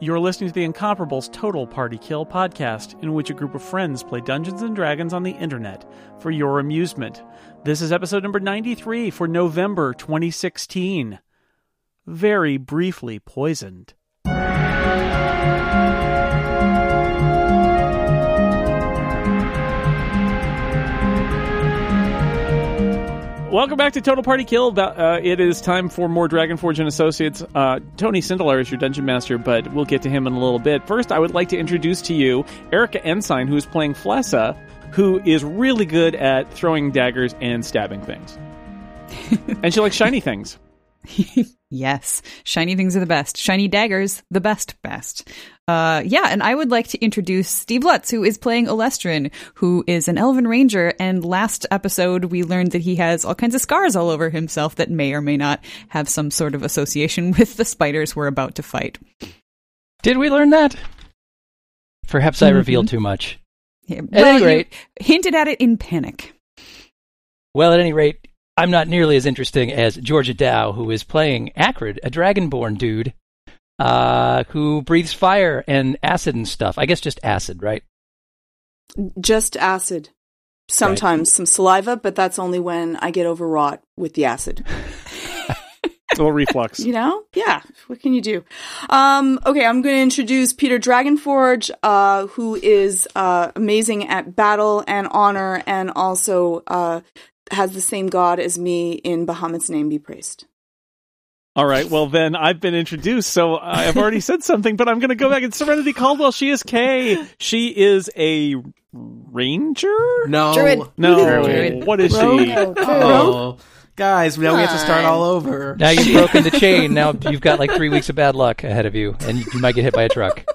You're listening to the Incomparables Total Party Kill podcast, in which a group of friends play Dungeons and Dragons on the internet for your amusement. This is episode number 93 for November 2016. Very briefly poisoned. Welcome back to Total Party Kill. Uh, it is time for more Dragonforge and Associates. Uh, Tony Sindelar is your dungeon master, but we'll get to him in a little bit. First, I would like to introduce to you Erica Ensign, who is playing Flessa, who is really good at throwing daggers and stabbing things. and she likes shiny things. Yes, shiny things are the best. Shiny daggers, the best, best. Uh, yeah, and I would like to introduce Steve Lutz, who is playing Olestrin, who is an elven ranger. And last episode, we learned that he has all kinds of scars all over himself that may or may not have some sort of association with the spiders we're about to fight. Did we learn that? Perhaps I revealed too much. At any rate- hinted at it in panic. Well, at any rate, I'm not nearly as interesting as Georgia Dow, who is playing Acrid, a dragonborn dude uh, who breathes fire and acid and stuff. I guess just acid, right? Just acid. Sometimes some saliva, but that's only when I get overwrought with the acid. Little reflux. You know? Yeah. What can you do? Um, okay, I'm going to introduce Peter Dragonforge, uh, who is uh, amazing at battle and honor and also uh, has the same god as me in Bahamut's name be praised. All right. Well, then I've been introduced, so I've already said something, but I'm going to go back. It's Serenity Caldwell. She is K. She is a ranger. No. Druid. No. Druid. What is she? Rogue. Oh. Guys, now we have to start Come on. all over. Now you've broken the chain. Now you've got like three weeks of bad luck ahead of you, and you might get hit by a truck.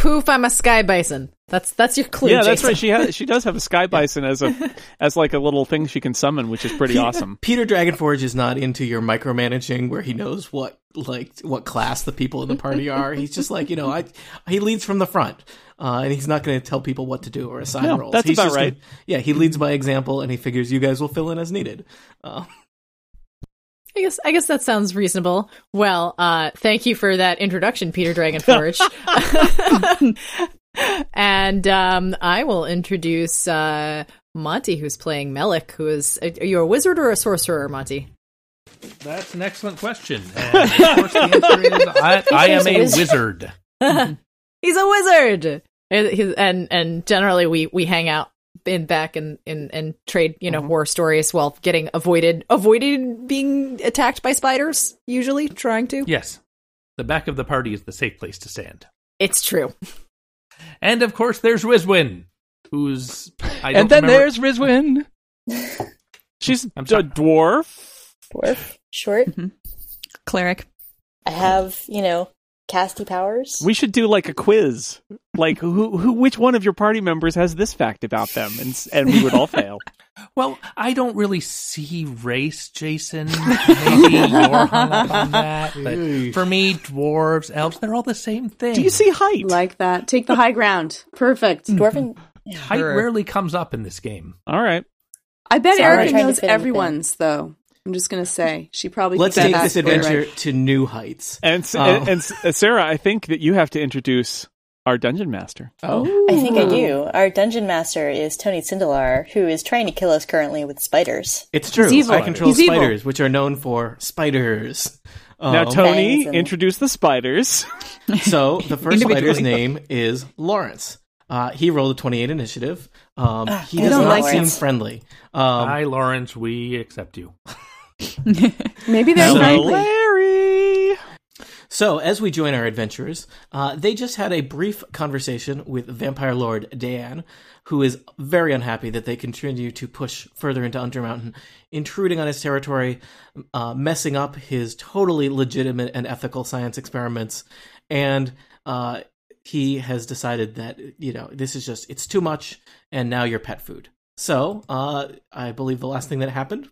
Poof, I'm a sky bison. That's that's your clue. yeah, that's Jason. right. She has she does have a sky bison as a as like a little thing she can summon, which is pretty awesome. Peter Dragonforge is not into your micromanaging where he knows what like what class the people in the party are. He's just like, you know, I he leads from the front. Uh, and he's not going to tell people what to do or assign No, roles. that's He's about just right. gonna- yeah, he leads by example and he figures you guys will fill in as needed. Uh, I guess I guess that sounds reasonable. Well, uh, thank you for that introduction, Peter Dragonforge. and um, I will introduce uh, Monty, who's playing Melik, who is are you a wizard or a sorcerer, Monty? That's an excellent question. And of course, the answer is I, I am a wizard. He's a wizard. And, he's- and and generally we we hang out in back and and, and trade you Mm-hmm. know war stories while getting avoided avoided being attacked by spiders. Usually trying to. Yes. The back of the party is the safe place to stand. It's true. And of course, there's Rizwin, who's. I and don't then remember- there's Rizwin. She's a I'm sorry. dwarf. dwarf, short. Cleric. I have, you know, casty powers. We should do like a quiz, like who who which one of your party members has this fact about them, and s- and we would all fail. Well, I don't really see race, Jason. Maybe you're hung up on that. But for me, dwarves, elves, they're all the same thing. Do you see height? Like that. Take the high ground. Perfect. Dwarven. Height rarely comes up in this game. all right. I bet Sorry, Erica trying knows to fit in the thing. everyone's, though. I'm just going to say. She probably let's thinks take that this we're adventure right. to new heights. And s Oh. and, and s- uh, Sarah, I think that you have to introduce our dungeon master. Oh. I think I do. Our dungeon master is Tony Sindelar, who is trying to kill us currently with spiders. It's true. He's evil. I control He's evil. spiders, which are known for spiders. Oh. now, Um, Tony, Fangs and- introduce the spiders. So the first Individually. fighter's name is Lawrence. Uh, he rolled a 28 initiative. Um, he I does don't not like seem Lawrence. friendly. Um, Hi, Lawrence. We accept you. Maybe they're So- friendly. Larry. so as we join our adventurers, uh, they just had a brief conversation with Vampire Lord Dan, who is very unhappy that they continue to push further into Undermountain, intruding on his territory, uh, messing up his totally legitimate and ethical science experiments, and uh, he has decided that you know this is just it's too much, and now you're pet food. So uh, I believe the last thing that happened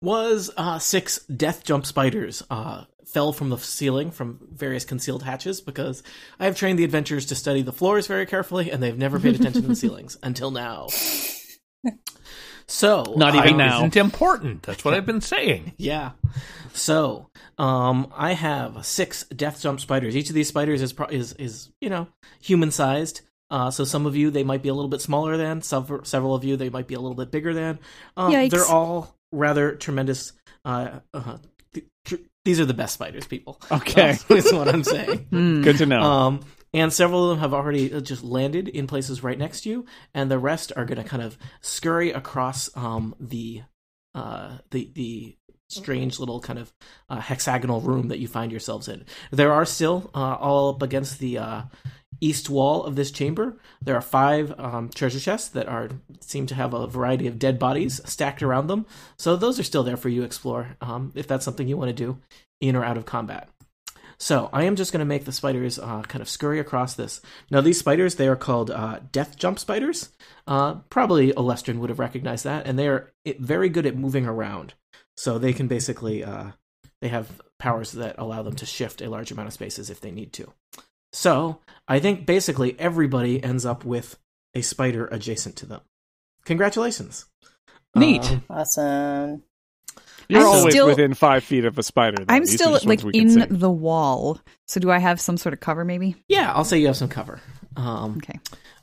was uh, six death jump spiders uh, fell from the ceiling from various concealed hatches because I have trained the adventurers to study the floors very carefully and they've never paid attention to the ceilings until now. So Not I- even Height now. isn't important. That's what I've been saying. Yeah. So, um, I have six death jump spiders. Each of these spiders is pro- is is you know human sized. Uh, so some of you they might be a little bit smaller than several several of you they might be a little bit bigger than. Um, Yikes. They're all rather tremendous. Uh, uh, th- tr- these are the best spiders, people. Okay. uh, is what I'm saying. Hmm. Good to know. Uh, Um, and several of them have already uh, just landed in places right next to you, and the rest are going to kind of scurry across um, the uh, the the strange little kind of uh, hexagonal room that you find yourselves in. There are still uh, all up against the uh, east wall of this chamber. There are five um, treasure chests that are seem to have a variety of dead bodies stacked around them. So those are still there for you to explore um, if that's something you want to do in or out of combat. So I am just going to make the spiders uh, kind of scurry across this. Now these spiders, they are called uh, death jump spiders. Uh, probably Olestrin would have recognized that, and they are it- very good at moving around. So they can basically uh, they have powers that allow them to shift a large amount of spaces if they need to. So I think basically everybody ends up with a spider adjacent to them. Congratulations! Neat. Uh, Awesome. You're I'm always still- within five feet of a spider. Though. I'm These are still just ones like we can in see. the wall. So do I have some sort of cover maybe? yeah, I'll say you have some cover. Um, Okay.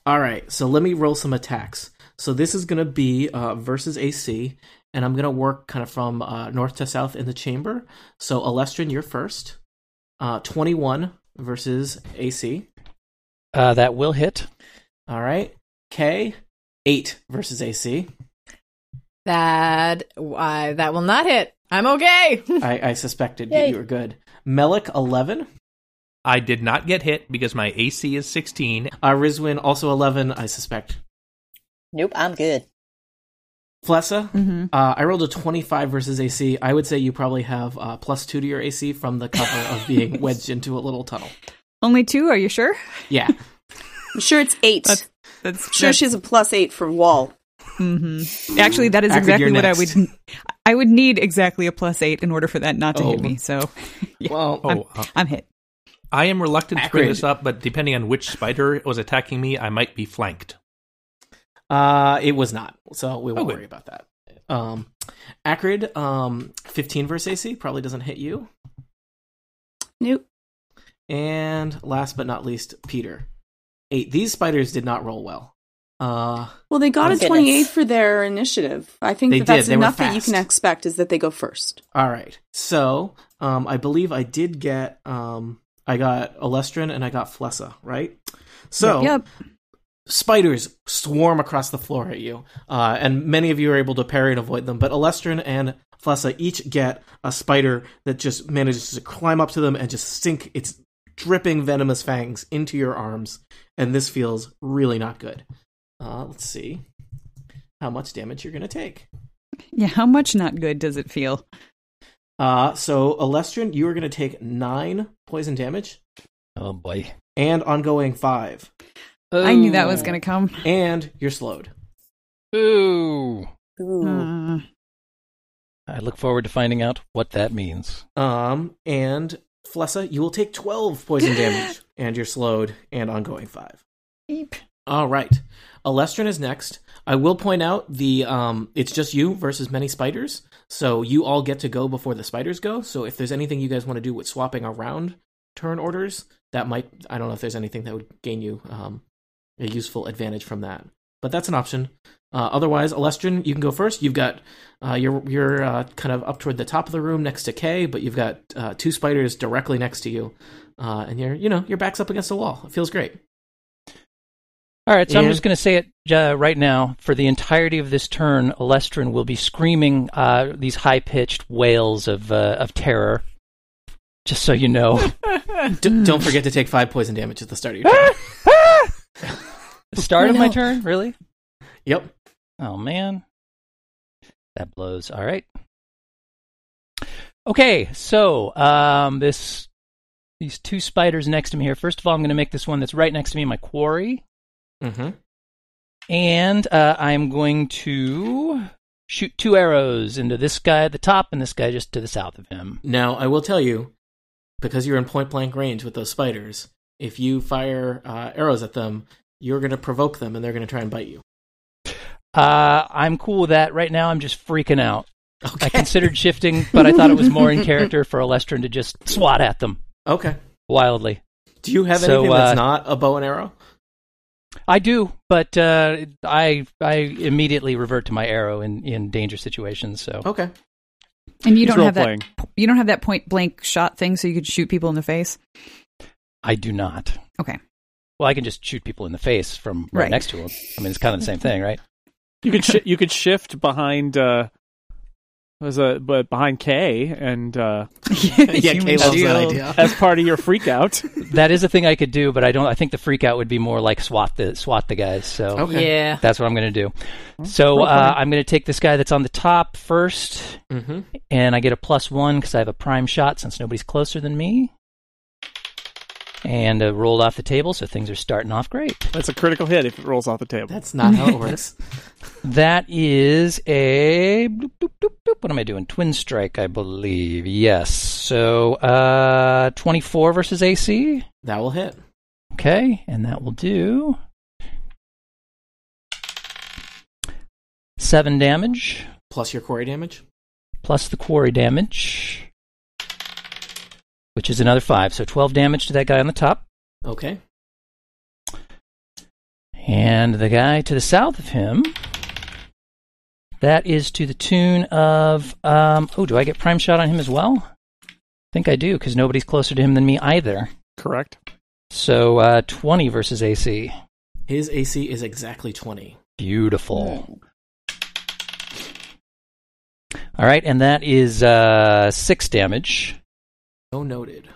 All right, so let me roll some attacks. So this is going to be uh, versus AC, and I'm going to work kind of from uh, north to south in the chamber. So Alestrin, you're first. Uh, 21 versus AC. Uh, that will hit. All right. K, 8 versus AC. That uh, that will not hit. I'm okay. I, I suspected Yay. you were good. Melik, 11. I did not get hit because my AC is 16. Uh, Rizwin, also 11, I suspect. Nope, I'm good. Flessa, Mm-hmm. uh, I rolled a 25 versus AC. I would say you probably have uh, plus 2 to your AC from the cover of being wedged into a little tunnel. Only two? Are you sure? Yeah. I'm sure it's eight. That's- That's sure she has a plus eight for wall. Mm-hmm. Actually, that is Acrid, exactly you're what I next. would. I would need exactly a plus eight in order for that not to Oh. hit me. So Well, Oh, uh, I'm hit. I am reluctant to bring Acrid. this up, but depending on which spider was attacking me, I might be flanked. Uh, it was not. So we won't Oh, good. worry about that. Um, Acrid, um, 15 versus AC probably doesn't hit you. Nope. And last but not least, Peter, eight. These spiders did not roll well. Uh, Well, they got Oh, a goodness. 28 for their initiative. I think They that that's did. They were enough that you fast. can expect is that they go first. all right. So, um, I believe I did get, um, I got Olestrin and I got Flessa, right? So, yep. spiders swarm across the floor at you, uh, and many of you are able to parry and avoid them. But Alestrin and Flessa each get a spider that just manages to climb up to them and just sink its dripping venomous fangs into your arms, and this feels really not good. Uh, let's see how much damage you're going to take. Yeah. How much not good does it feel? Uh, so, Alestrin, you are going to take nine poison damage Oh boy. and ongoing five, I knew that was going to come. and you're slowed. Ooh. Oh. Ooh. Uh, I look forward to finding out what that means. Um, and Flessa, you will take 12 poison damage, and you're slowed and ongoing five. eep. All right. Alestrin is next. I will point out the um, it's just you versus many spiders, so you all get to go before the spiders go. So if there's anything you guys want to do with swapping around turn orders, that might I don't know if there's anything that would gain you um, a useful advantage from that, but that's an option. Uh, otherwise, Alestrin, you can go first. You've got uh, you're you're uh, kind of up toward the top of the room next to Kay, but you've got uh, two spiders directly next to you, uh, and you're you know your back's up against the wall. It feels great. All right, so I'm And- just going to say it uh, right now. For the entirety of this turn, Alestrin will be screaming uh, these high pitched wails of uh, of terror. Just so you know, D- don't forget to take five poison damage at the start of your turn. The start of I my know. turn, really? yep. Oh man, that blows. All right. Okay, so um, this these two spiders next to me here. First of all, I'm going to make this one that's right next to me my quarry. Mm-hmm. And uh, I'm going to shoot two arrows into this guy at the top and this guy just to the south of him. Now I will tell you, because you're in point blank range with those spiders, if you fire uh, arrows at them, you're going to provoke them, and they're going to try and bite you. Uh, I'm cool with that. Right now, I'm just freaking out. Okay. I considered shifting, but I thought it was more in character for Alestrin to just swat at them okay. wildly. Do you have So, anything uh, that's not a bow and arrow? I do, but uh, I I immediately revert to my arrow in, in danger situations. So Okay. And you don't role have that. playing. You don't have that point blank shot thing, so you could shoot people in the face. I do not. Okay. Well, I can just shoot people in the face from right, Right. next to them. I mean, it's kind of the same thing, right? You could shi you could shift behind uh was a but behind K and uh yeah, Human Kay loves shield. that idea. as part of your freak out. That is a thing I could do, but I don't. I think the freak out would be more like swat the swat the guys. So Okay. Yeah. that's what I'm going to do. So roll uh, twenty. I'm going to take this guy that's on the top first, hmm and I get a plus one because I have a prime shot since nobody's closer than me. And uh, rolled off the table, so things are starting off great. That's a critical hit if it rolls off the table. That's not how it works. That is a. bloop, bloop, bloop, bloop. What am I doing? Twin strike, I believe. Yes. So uh, 24 versus AC. that will hit. Okay, and that will do seven damage Plus your quarry damage. plus the quarry damage, which is another five. So 12 damage to that guy on the top. Okay. And the guy to the south of him, that is to the tune of. Um, oh, do I get prime shot on him as well? I think I do, because nobody's closer to him than me either. Correct. So uh, 20 versus AC. His AC is exactly 20. Beautiful. Hmm. All right, and that is uh, six damage. So noted.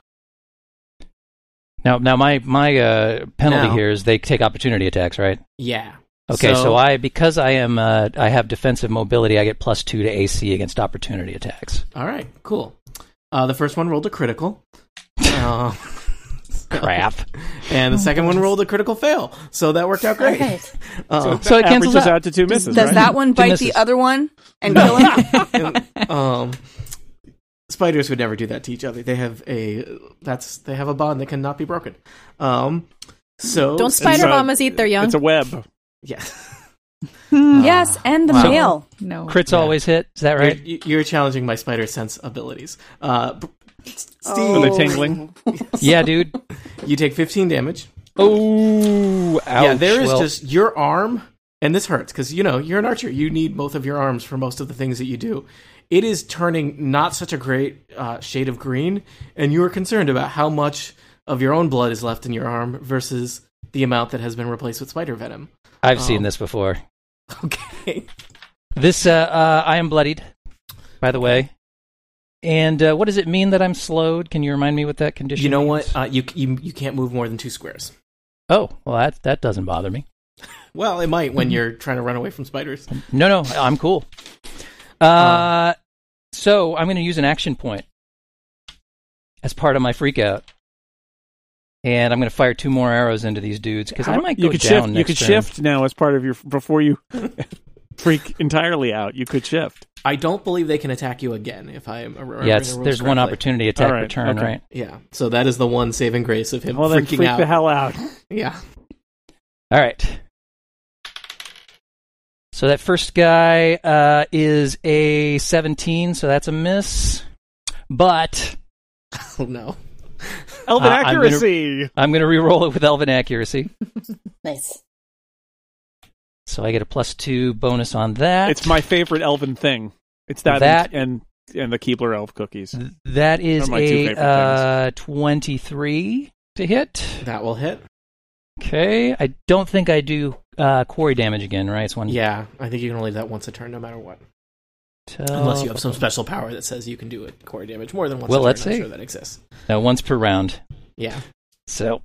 Now, now my my uh, penalty Now. here is they take opportunity attacks, right? Yeah. Okay, so, I because I am uh, I have defensive mobility, I get plus two to AC against opportunity attacks. All right, cool. Uh, the first one rolled a critical. Uh, Crap. And Oh the second one rolled a critical fail. So that worked out great. Alright. Uh, Oh. So it cancels averages out. to two misses, Does right? that one Two bite misses. the other one and kill him? and, um, spiders would never do that to each other. They have a that's they have a bond that cannot be broken. Um, so Don't It's spider a- mamas eat their young? It's a web. Yeah. yes, and the Wow. male. Hmm. No. Crits Yeah. always hit. Is that right? You're, you're challenging my spider sense abilities. Uh, b- Steve, Oh, they're tingling. yeah, dude. you take 15 damage. Oh, ouch. Yeah, there is Well, just your arm, and this hurts because you know you're an archer. You need both of your arms for most of the things that you do. It is turning not such a great uh, shade of green, and you are concerned about how much of your own blood is left in your arm versus the amount that has been replaced with spider venom. I've oh. seen this before. Okay, This uh, uh, I am bloodied, by the way. And uh, what does it mean that I'm slowed? Can you remind me what that condition? you know means? what? Uh, you, you you can't move more than two squares. oh, well that that doesn't bother me. Well, it might when you're trying to run away from spiders. No, no, I'm cool. Uh, so I'm going to use an action point as part of my freak out. And I'm going to fire two more arrows into these dudes because I How- might go you could down shift. you next could turn. shift now as part of your before you freak entirely out. You could shift. I don't believe they can attack you again if I am. remembering Yeah, the it's, rules there's one correctly. opportunity attack All right, return, okay. right? Yeah, so that is the one saving grace of him Well, then freaking freak out. the hell out. Yeah. All right. So that first guy uh, is a 17, so that's a miss. But Oh no. Elven Uh, I'm gonna- accuracy. I'm going to re-roll it with elven accuracy, Nice. so I get a plus two bonus on that. It's my favorite elven thing. It's that, That- and and the Keebler elf cookies. That is They're my two a favorite uh, 23 to hit. That will hit. Okay. I don't think I do uh, quarry damage again, right? It's one. Yeah, I think you can only do that once a turn, no matter what. to- Unless you have some special power that says you can do it core damage more than once. Well, a turn. let's I'm see. sure that exists. No, once per round. Yeah. So.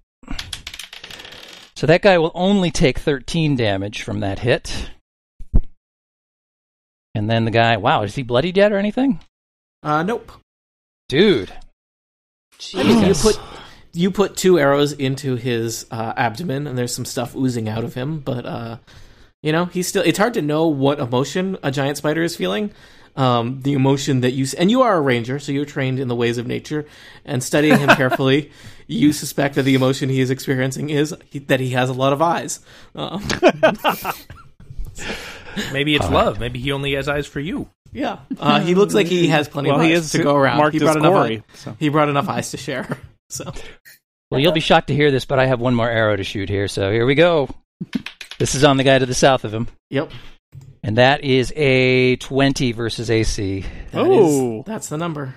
So that guy will only take 13 damage from that hit. And then the guy, wow, is he bloodied yet or anything? Uh, nope. Dude. I mean, you Jesus. put you put two arrows into his uh, abdomen, and there's some stuff oozing out of him. But uh, you know, he's still. It's hard to know what emotion a giant spider is feeling. Um, the emotion that you s- and you are a ranger, so you're trained in the ways of nature. And studying him carefully, you suspect that the emotion he is experiencing is he, that he has a lot of eyes. Um, Maybe it's love. Maybe he only has eyes for you. Yeah, uh, he looks like he has plenty Well, of he eyes is to go around. marked he brought as enough. gory, eye- so. He brought enough eyes to share. So Well, you'll be shocked to hear this, but I have one more arrow to shoot here, so here we go. This is on the guy to the south of him, yep. and that is a 20 versus AC, That is- Oh. that's the number.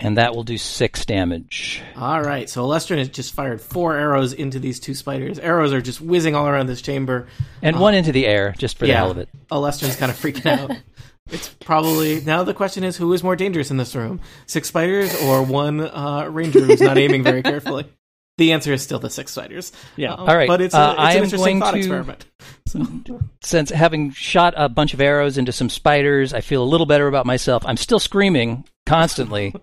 and that will do 6 damage. All right, so Lestrin has just fired four arrows into these two spiders. Arrows are just whizzing all around this chamber. And Ah. one into the air, just for the hell of it. Oh, Lestrin's kind of freaking out. It's probably now the question is who is more dangerous in this room, six spiders or one uh, ranger who's not aiming very carefully. The answer is still the six spiders. Yeah. Um, All right, but it's, a, uh, it's I an am interesting going thought to- experiment. Since having shot a bunch of arrows into some spiders, I feel a little better about myself. I'm still screaming constantly,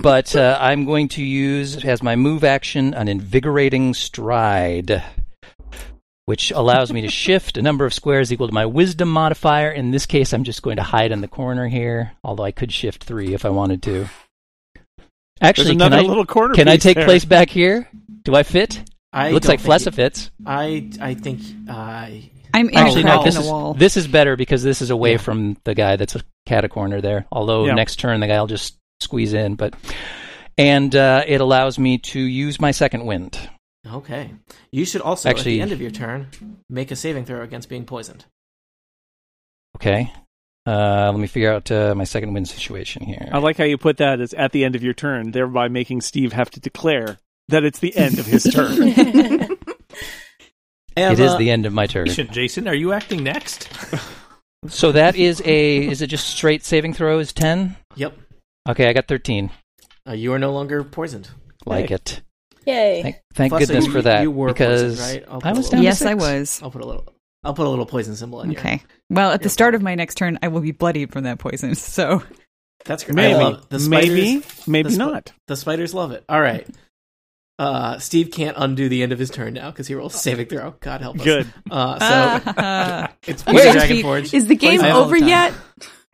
but uh, I'm going to use as my move action an invigorating stride, which allows me to shift a number of squares equal to my wisdom modifier. In this case, I'm just going to hide in the corner here, although I could shift three if I wanted to. Actually, can another I, little corner can I piece take there. place back here? Do I fit? I Looks don't like think Flessa he- fits. I I think I I'm in Actually, a crack no. in This the is, wall. this is better because this is away from the guy that's a cat a corner there. Although Yeah. next turn the guy will just squeeze in, but and uh, it allows me to use my second wind. okay. You should also at Actually- the end of your turn make a saving throw against being poisoned. Okay, uh, let me figure out uh, my second wind situation here. I like how you put that as at the end of your turn, thereby making Steve have to declare that it's the end of his turn. it Uh, is the end of my turn. Jason, are you acting next? So that is a is it just straight saving throw is ten? Yep. Okay, I got thirteen. Uh, you are no longer poisoned. Like it. Yay. Thank, thank Plus, goodness you- for that you were because poisoned, right? I'll put I a was little- down to Yes, I six. was. I'll put a little I'll put a little poison symbol on you. Okay. Well, at Oh, You're the start fine. of my next turn, I will be bloodied from that poison. So That's great. I maybe, love it. the spiders, maybe, maybe the sp- not. The spiders love it. All right. Uh, Steve can't undo the end of his turn now because he rolled a saving throw. God help us. Good. Uh, so it's Wait. Peter Dragon Forge. Is the game Poison all over the time. yet?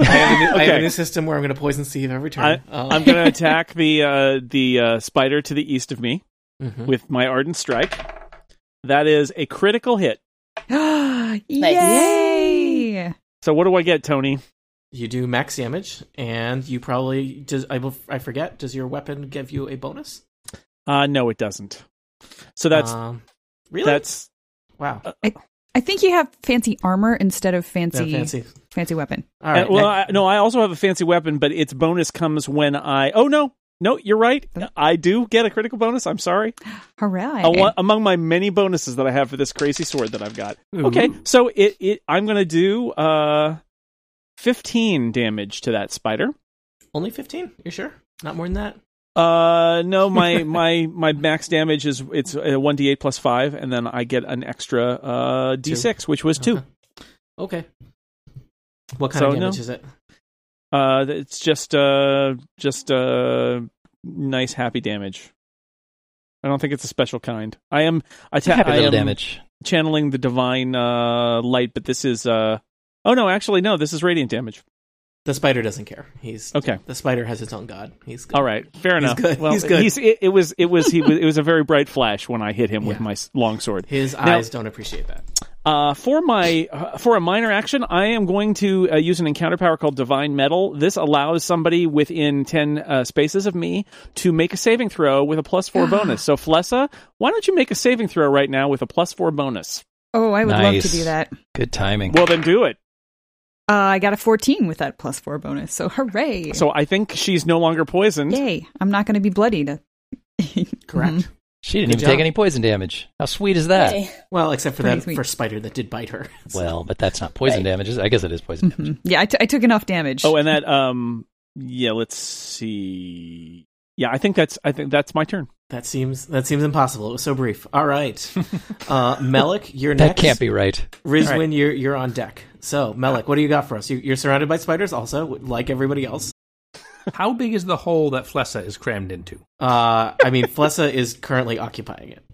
I have, a new, I have a Okay. new system where I'm going to poison Steve every turn. I, Um, I'm going to attack the uh, the uh, spider to the east of me mhm. with my ardent strike. That is a critical hit. Yay! So what do I get, Tony? You do max damage, and you probably does. I will. I forget. Does your weapon give you a bonus? Uh, no, it doesn't. So that's um, really that's wow. I think you have fancy armor instead of They're fancy fancy, fancy. weapon. All right. Uh, well, next- I, no, I also have a fancy weapon, but its bonus comes when I. Oh no, no, you're right. I do get a critical bonus. I'm sorry. Hooray! A one- among my many bonuses that I have for this crazy sword that I've got. Okay, so it, it I'm gonna do uh, fifteen damage to that spider. only fifteen. You're sure? Not more than that. Uh, no, my my my max damage is it's one d eight plus five, and then I get an extra uh d six, which was two. Okay. Okay. What kind So, of damage no. is it? Uh, it's just uh just uh nice happy damage. I don't think it's a special kind. I am atta- Happy I little am damage. channeling the divine uh light, but this is uh oh no, actually no, this is radiant damage. The spider doesn't care. He's Okay. The spider has its own god. He's good. All right, fair He's enough. good. Well, He's good. it, it was it was he was it was a very bright flash when I hit him with Yeah. my s- long sword. His Now- eyes don't appreciate that. Uh, for my uh, for a minor action, I am going to uh, use an encounter power called Divine Metal. This allows somebody within ten uh, spaces of me to make a saving throw with a plus four bonus. So Flessa, why don't you make a saving throw right now with a plus four bonus? oh, I would love to Nice. do that. Good timing. Well, then do it. Uh, I got a 14 with that plus four bonus. So hooray! So I think she's no longer poisoned. Yay! I'm not going to be bloodied. Correct. Mhm. Mm-hmm. she didn't good even take job. any poison damage. How sweet is that? Yay. Well, except for Pretty that sweet. first spider that did bite her. So- Well, but that's not poison Right. damage. is it? I guess it is poison damage. Mhm. Yeah, I, t- I took enough damage. Oh, and that um, yeah. Let's see. Yeah, I think that's I think that's my turn. that seems that seems impossible. It was so brief. All right, uh, Melik, you're That next. can't be right. Rizwin, All right. you're you're on deck. So Melik, what do you got for us? You, you're surrounded by spiders, also like everybody else. How big is the hole that Flessa is crammed into? Uh, I mean, Flessa is currently occupying it.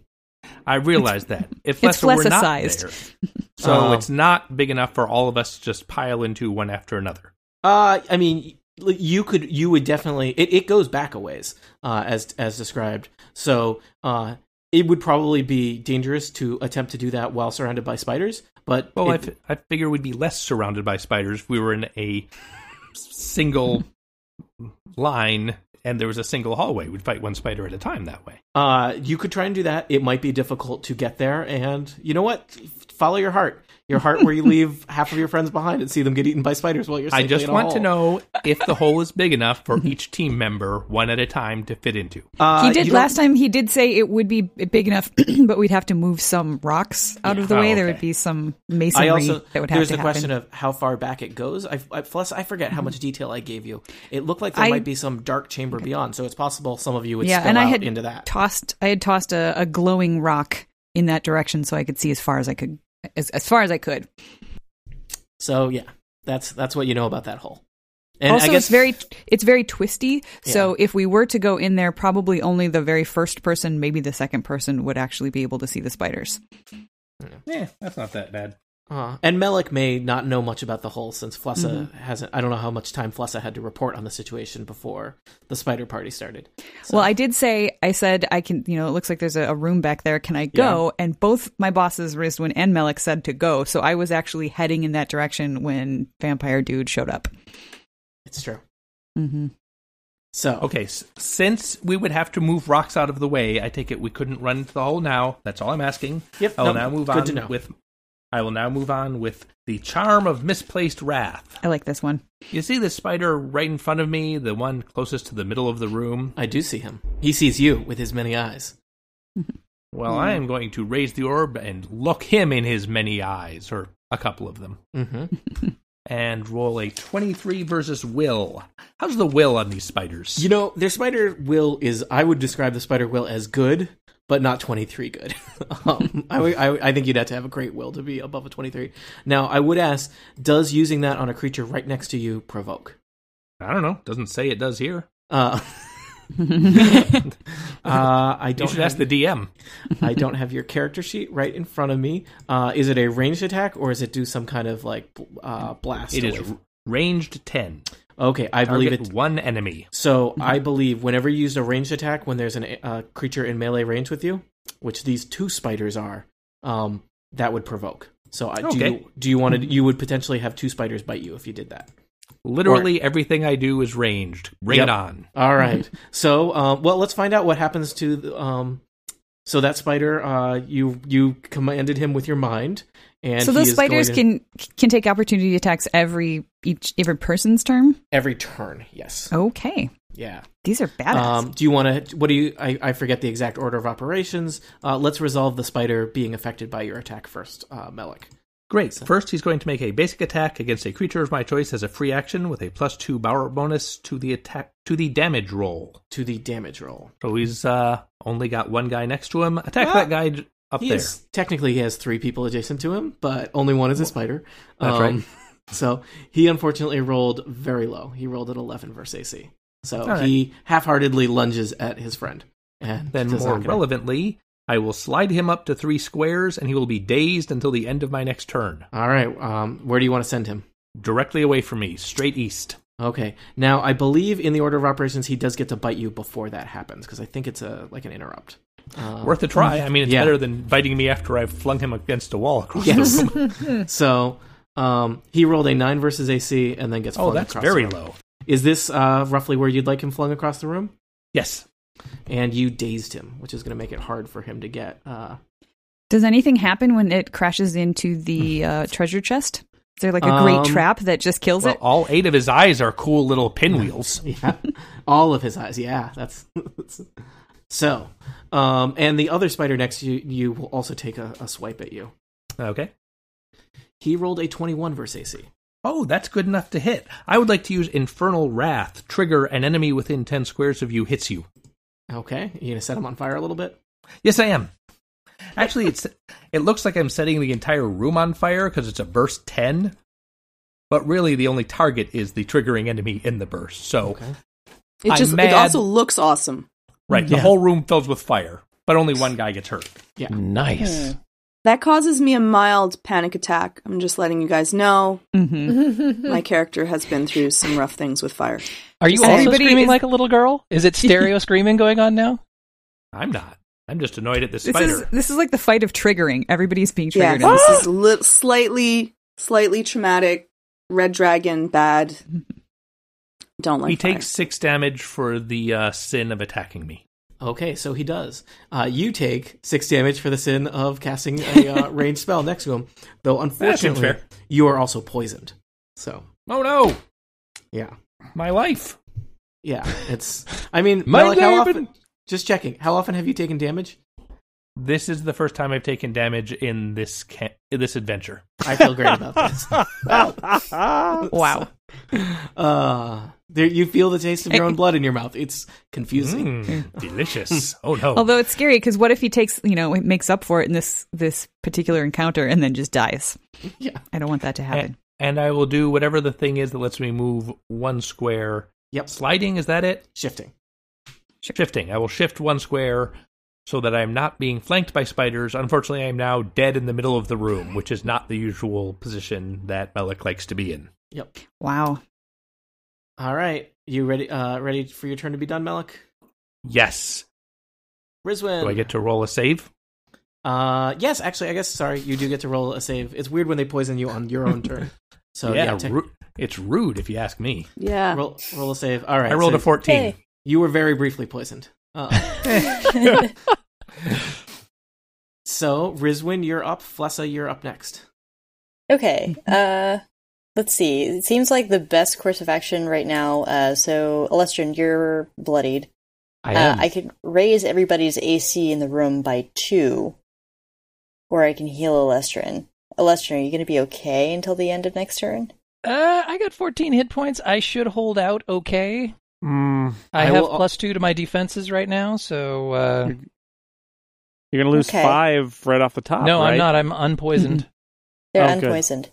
I realize that. If It's Flessa were not Flessa-sized. there. So Um, it's not big enough for all of us to just pile into one after another. Uh, I mean, y- you could, you would definitely. It, it goes back a ways, uh, as as described. So, uh, it would probably be dangerous to attempt to do that while surrounded by spiders. But Well, I it- fi- I figure we'd be less surrounded by spiders if we were in a single line and there was a single hallway. We'd fight one spider at a time that way. Uh, you could try and do that. It might be difficult to get there, and you know what? Follow your heart. Your heart, where you leave half of your friends behind and see them get eaten by spiders while you're. I safely just in a want hole. to know if the hole is big enough for each team member, one at a time, to fit into. Uh, He did you don't- last time. He did say it would be big enough, but we'd have to move some rocks out of the Oh, way. There okay. would be some I masonry also that would have there's to the happen. Mm-hmm. question of how far back it goes. I, I plus I forget how much detail I gave you. It looked like there I- might be some dark chamber beyond, so it's possible some of you would yeah, spill and I out had into that. tossed. I had tossed a, a glowing rock in that direction so I could see as far as I could, as, as far as I could. So yeah, that's that's what you know about that hole. And also, I guess it's very it's very twisty. So if we were to go in there, probably only the very first person, maybe the second person, would actually be able to see the spiders. Yeah, that's not that bad. Uh, and Melek may not know much about the hole since Flessa Mm-hmm. hasn't. I don't know how much time Flessa had to report on the situation before the spider party started. So- Well, I did say, I said, I can, you know, it looks like there's a, a room back there. Can I go? And both my bosses, Rizwan and Melik, said to go. So I was actually heading in that direction when Vampire Dude showed up. it's true. hmm So Okay, s- since we would have to move rocks out of the way, I take it we couldn't run into the hole now. That's all I'm asking. Yep, I will nope, now move good on to know. with. I will now move on with the charm of misplaced wrath. I like this one. You see the spider right in front of me, the one closest to the middle of the room. I do see him. He sees you with his many eyes. Well, I am going to raise the orb and look him in his many eyes, or a couple of them, Mm-hmm. and roll a 23 versus will. How's the will on these spiders? You know, their spider will is. I would describe the spider will as good, but not twenty three good. um, I, would- I, would- I think you'd have to have a great will to be above a twenty three. Now, I would ask: Does using that on a creature right next to you provoke? I don't know. Doesn't say it does here. Uh, uh, I You don't. should have- ask the DM. I don't have your character sheet right in front of me. Uh, is it a ranged attack or is it do some kind of like bl- uh, blast? It is away? r- ranged 10. Okay, I believe Target it. one enemy. Mm-hmm. So I believe whenever you use a ranged attack, when there's a uh, creature in melee range with you, which these two spiders are, um, that would provoke. So I, do Okay. you, do you want to? You would potentially have two spiders bite you if you did that. Literally everything I do is ranged. Ring Yep. it on. Mm-hmm. All right. so, uh, well, let's find out what happens to the, um. So that spider, uh, you you commanded him with your mind, and so he those is going spiders to- can can take opportunity attacks every each every person's turn. every turn. Yes. Oh. Okay, Yeah. these are badass. Um, do you want to? What do you? I, I forget the exact order of operations. Uh, let's resolve the spider being affected by your attack first, uh, Melik. Great. First, he's going to make a basic attack against a creature of my choice as a free action with a plus two power bonus to the attack to the damage roll. To the damage roll. So he's uh, only got one guy next to him. Attack Well, that guy j- up He there. is- technically, he has three people adjacent to him, but only one is a spider. Um, That's right. So he unfortunately rolled very low. He rolled an 11 versus AC. So right. he half-heartedly lunges at his friend, and Then, does more not get it. relevantly, I will slide him up to three squares, and he will be dazed until the end of my next turn. All right. Um, where do you want to send him? Directly away from me, straight east. Okay. Now I believe in the order of operations, he does get to bite you before that happens because I think it's a like an interrupt. Um, Worth a try. I mean, it's yeah. better than biting me after I've flung him against a wall across Yes. the room. so um, he rolled a nine versus AC and then gets Oh, flung that's across very the room. low. Is this uh, roughly where you'd like him flung across the room? Yes. And you dazed him, which is going to make it hard for him to get. Uh, Does anything happen when it crashes into the uh, treasure chest? Is there like a great Um, uh, trap that just kills Well, it? all eight of his eyes are cool little pinwheels. yeah, all of his eyes. Yeah, that's, that's- so. Um, and the other spider next to you, you will also take a, a swipe at you. Okay. He rolled a twenty-one versus AC. Oh, that's good enough to hit. I would like to use Infernal Wrath. Trigger an enemy within 10 squares of you hits you. Okay, you gonna set him on fire a little bit? Yes, I am. Actually, it's it looks like I'm setting the entire room on fire because it's a burst 10. But really, the only target is the triggering enemy in the burst. So, It I'm just mad. it also looks awesome. right, the whole room fills with fire, but only one guy gets hurt. Mm. Nice. That causes me a mild panic attack. I'm just letting you guys know. hmm My character has been through some rough things with fire. Are you Just also everybody screaming is- like a little girl? Is it stereo screaming going on now? I'm not. I'm just annoyed at this, This spider. is this is like the fight of triggering. Everybody's being Yeah, triggered. in this this. is li- slightly, slightly traumatic. Red dragon, bad. Don't like. he fire. takes six damage for the uh, sin of attacking me. Okay, so he does. Uh, you take six damage for the sin of casting a uh, ranged spell next to him, though seems unfortunately fair. you are also poisoned. So Oh no, yeah, my life. yeah, it's. I mean, My Malik, how often? Laban! Just checking. How often have you taken damage? This is the first time I've taken damage in this ca- in this adventure. I feel great about this. wow. Uh, there, you feel the taste of your own blood in your mouth. It's confusing. Mm, delicious. Oh no. Although it's scary because what if he takes you know it makes up for it in this this particular encounter and then just dies? Yeah. I don't want that to Eh. and, happen. and I will do whatever the thing is that lets me move one square. Yep. Sliding is that it? Shifting. Shifting. I will shift one square so that I am not being flanked by spiders. Unfortunately, I am now dead in the middle of the room, which is not the usual position that Melek likes to be in. Yep. Wow. All right. You ready? Uh, ready for your turn to be done, Malik? Yes. Rizwin. Do I get to roll a save? Uh, yes. Actually, I guess. Sorry, you do get to roll a save. It's weird when they poison you on your own turn. So yeah, take- ru- it's rude if you ask me. Yeah. roll, roll a save. All right. I rolled so a 14. Hey. You were very briefly poisoned. Uh, so Rizwin, you're up. Flessa, you're up next. Okay. Uh, let's see. It seems like the best course of action right now. Uh, so, Alestrian, you're bloodied. I uh, am. I could raise everybody's AC in the room by two, or I can heal Alestrian. Alestrian, are you going to be okay until the end of next turn? Uh, I got 14 hit points. I should hold out okay. Mm, I, I have will- plus two to my defenses right now, so uh, you're gonna lose Okay. five right off the top. no, I'm right? not. I'm unpoisoned. They're Oh, good. unpoisoned.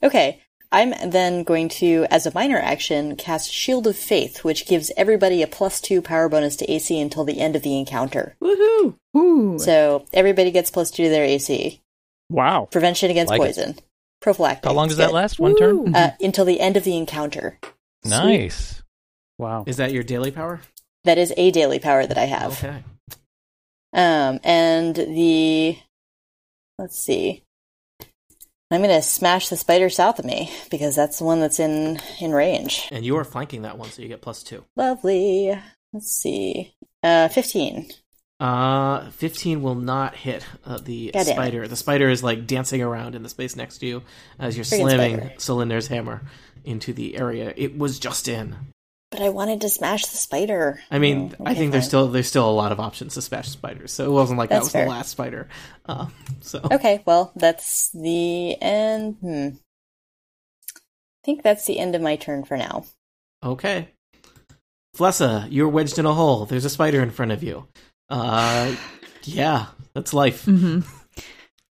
Okay. I'm then going to, as a minor action, cast Shield of Faith, which gives everybody a plus two power bonus to AC until the end of the encounter. Woohoo! Ooh. So everybody gets plus two to their AC. Wow. Prevention against Like it. poison. Prophylactic. How long It's does that good. last? One turn. Woo. Uh, until the end of the encounter. Nice. Wow. Is that your daily power? That is a daily power that I have. Okay. Um, and the let's see. I'm gonna smash the spider south of me because that's the one that's in in range. And you are flanking that one, so you get plus two. Lovely. Let's see. Uh, fifteen. Uh, fifteen will not hit uh, the God damn it. spider. The spider is like dancing around in the space next to you as you're Friggin' slamming spider. Cylinder's hammer into the area it was just in. But I wanted to smash the spider. I mean, Oh, I okay, think there's fine. still there's still a lot of options to smash spiders, so it wasn't like that That's was fair. the last spider. Uh, so Okay, well, that's the end. Hmm. I think that's the end of my turn for now. okay, Flessa, you're wedged in a hole. There's a spider in front of you. Uh, yeah, that's life. hmm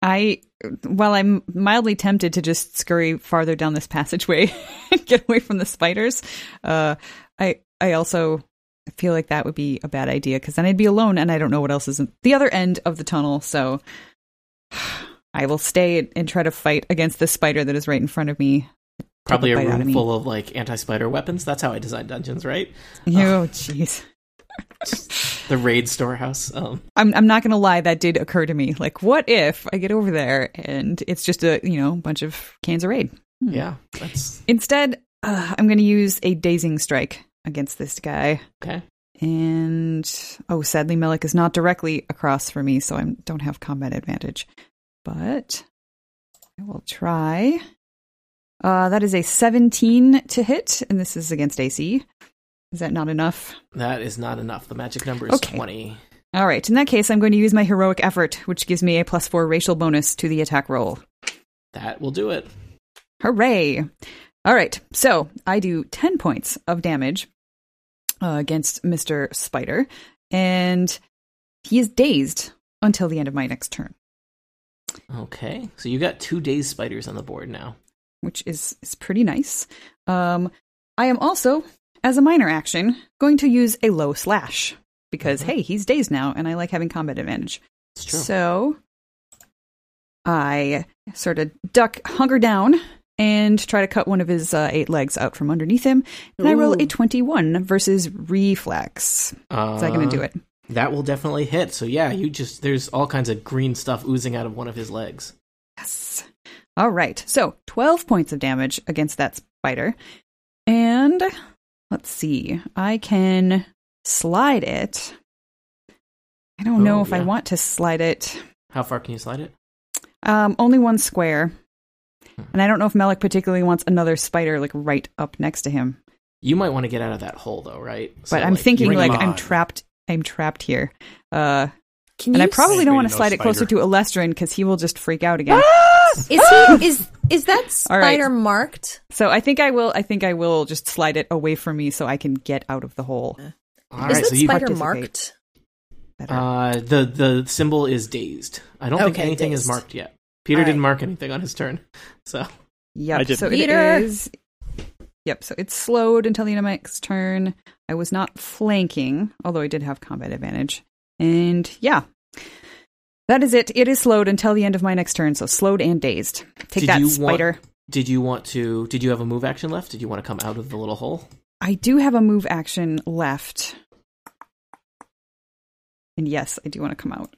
I, while I'm mildly tempted to just scurry farther down this passageway and get away from the spiders, uh, I I also feel like that would be a bad idea because then I'd be alone and I don't know what else is in the other end of the tunnel. So I will stay and try to fight against the spider that is right in front of me. Take Probably a bite out of room me. full of like anti-spider weapons. That's how I designed dungeons, right? Oh, jeez. The raid storehouse. Um, I'm I'm not gonna lie, that did occur to me. Like, what if I get over there and it's just a you know bunch of cans of raid? Hmm. yeah, that's Instead, uh, I'm going to use a dazing strike against this guy. okay. And oh, sadly, Melik is not directly across from me, so I don't have combat advantage. But I will try. Uh, that is a 17 to hit, and this is against AC. Is that not enough? That is not enough. The magic number is Okay. twenty. All right, in that case, I'm going to use my heroic effort, which gives me a plus four racial bonus to the attack roll. That will do it. Hooray! All right, so I do 10 points of damage uh, against Mr. Spider, and he is dazed until the end of my next turn, Okay, so you got two days spiders on the board now. which is, is pretty nice. Um, I am also, as a minor action, going to use a low slash because, hey, he's dazed now, and I like having combat advantage. It's true. So I sort of duck, hunker down, and try to cut one of his uh, eight legs out from underneath him. And I roll Ooh. Uh. a 21 versus reflex. Is that going to do it? That will definitely hit. So yeah, you just there's all kinds of green stuff oozing out of one of his legs. Yes. All right. So 12 points of damage against that spider. And let's see. I can slide it. I don't know Oh, if I yeah. want to slide it. How far can you slide it? Um, only one square. Hmm. And I don't know if Melek particularly wants another spider like right up next to him. You might want to get out of that hole though, right? But I'm thinking bring like him I'm on. trapped I'm trapped here. Uh Can and I you probably say- don't want to Maybe no slide it closer to spider. Elestrin because he will just freak out again. Is he is is that All right. spider marked? So I think I will. I think I will just slide it away from me so I can get out of the hole. all is right, that so you spider Participate. marked? Better. uh the the symbol is dazed. I don't think Okay, anything is dazed. marked yet. Peter All right. didn't mark anything on his turn. So I yep. didn't. So it Peter! is. Yep. So it's slowed until the end of my next turn. I was not flanking, although I did have combat advantage. And yeah, that is it. It is slowed until the end of my next turn. So slowed and dazed. Take Did that, you want- spider. did you want to did you have a move action left? Did you want to come out of the little hole? I do have a move action left. And yes, I do want to come out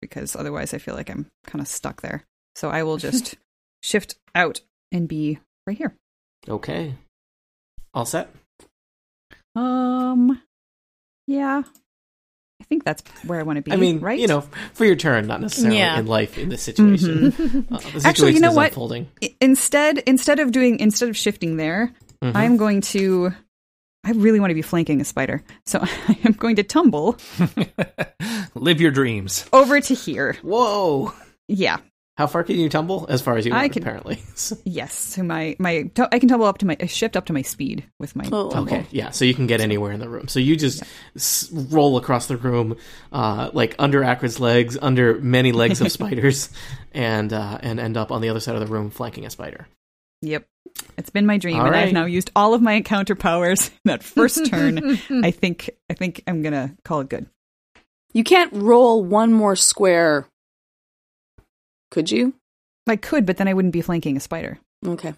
because otherwise I feel like I'm kind of stuck there. So I will just shift out and be right here. Okay. All set? Um yeah. I think that's where I want to be, I mean, right? you know, for your turn, not necessarily Yeah. in life in this situation. Uh, the situation Mm-hmm. Actually, you know is what? unfolding. I- instead instead of doing instead of shifting there, Mhm. I'm going to I really want to be flanking a spider. So I am going to tumble Live your dreams. over to here. Whoa! Yeah. How far can you tumble? As far as you I want, can- apparently. So- Yes, so my my tu- I can tumble up to my I shift up to my speed with my Oh. tumble. okay, yeah. So you can get anywhere in the room. So you just s- roll across the room, uh, like under Akrid's legs, under many legs of spiders, and uh, and end up on the other side of the room, flanking a spider. Yep, it's been my dream, All and I've right. now used all of my encounter powers in that first turn. I think I think I'm gonna call it good. You can't roll one more square. Could you? I could, but then I wouldn't be flanking a spider. Okay.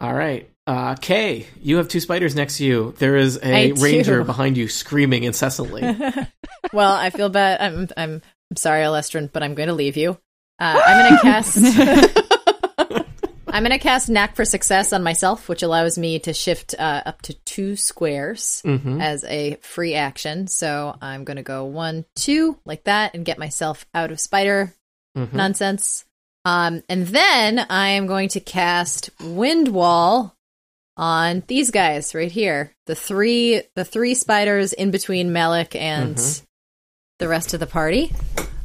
All right, uh, Kay, you have two spiders next to you. There is I a do. ranger behind you, screaming incessantly. well, I feel bad. I'm I'm I'm sorry, Alestrin, but I'm going to leave you. Uh, I'm going to cast. I'm going to cast Knack for Success on myself, which allows me to shift uh, up to two squares Mhm. as a free action. So I'm going to go one, two, like that, and get myself out of spider Mhm. nonsense. Um, and then I am going to cast Wind Wall on these guys right here. The three, the three spiders in between Malik and the rest of the party.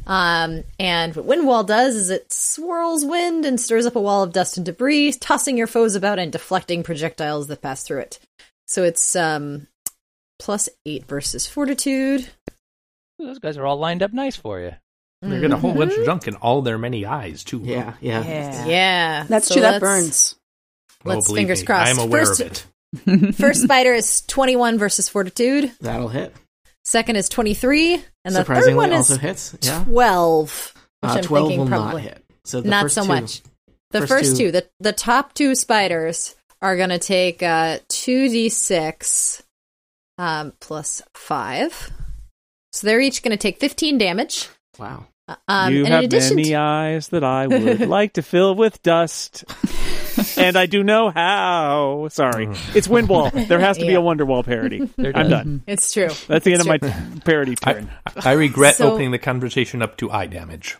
Um, and what Wind Wall does is it swirls wind and stirs up a wall of dust and debris, tossing your foes about and deflecting projectiles that pass through it. So it's um, plus eight versus Fortitude. Those guys are all lined up nice for you. They're gonna whole Mm-hmm. bunch of junk in all their many eyes too. Yeah, yeah. Yeah, That's So true. That let's- burns. Oh, Let's- believe fingers me, crossed. I'm aware First- of it. First spider is 21 versus fortitude. That'll hit. Second is 23. And the third Surprisingly, one also is hits. Yeah, 12. Which Uh, I'm twelve thinking will probably. not hit. So the Not first so two- much. The first first, two- two. the, the top two spiders are going to take uh, 2d6 um, plus 5. So they're each going to take 15 damage. Wow. Uh, Um, you and have in addition many to- eyes that I would like to fill with dust, and I do know how. Sorry, it's Windwall. There has to be Yeah. a Wonderwall parody. There I'm does. done. It's true. That's the end It's of my parody turn. I regret So- opening the conversation up to eye damage.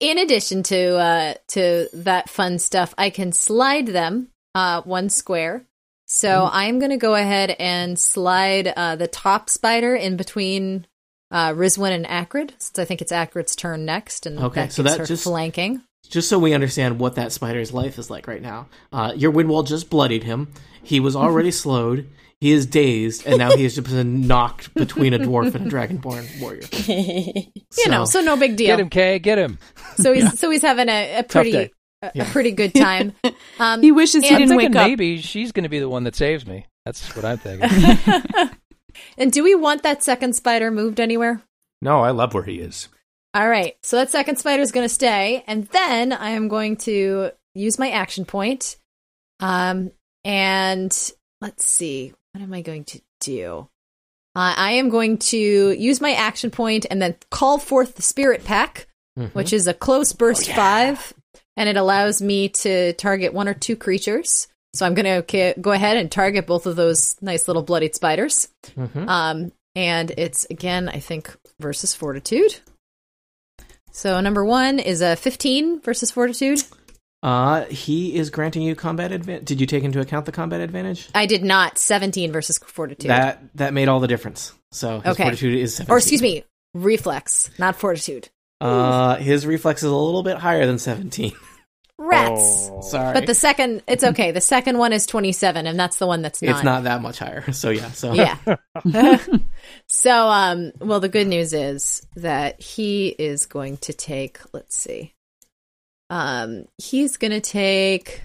in addition to uh to that fun stuff i can slide them uh one square so Mm-hmm. i'm gonna go ahead and slide uh the top spider in between uh rizwin and acrid since i think it's acrid's turn next and Okay, that so gives that her just- flanking Just so we understand what that spider's life is like right now, uh, your windwall just bloodied him. He was already slowed. He is dazed, and now he is just been knocked between a dwarf and a dragonborn warrior. you know so no big deal Get him, Kay. Get him. so he's so he's having a, a pretty day. a, a pretty good time um He wishes he and- didn't I'm wake thinking up. maybe she's going to be the one that saves me. That's what I'm thinking. and do we want that second spider moved anywhere No, I love where he is. All right. So that second spider is going to stay, and then I am going to use my action point. Um, and let's see, what am I going to do? Uh, I am going to use my action point and then call forth the Spirit Pack, which is a close burst five, and it allows me to target one or two creatures. So I'm going to go ahead and target both of those nice little bloodied spiders. Um, and it's again, I think, versus Fortitude. So number one is a 15 versus Fortitude. Uh, he is granting you combat advantage. Did you take into account the combat advantage? I did not 17 versus Fortitude. That that made all the difference. So his Okay. fortitude is 17. or excuse me, reflex, not fortitude. Uh, his reflex is a little bit higher than 17. Rats. Oh. Sorry. But the second, it's okay. The second one is 27, and that's the one that's not. it's not that much higher. So yeah. So Yeah. so, um, well, the good news is that he is going to take, let's see, um, he's going to take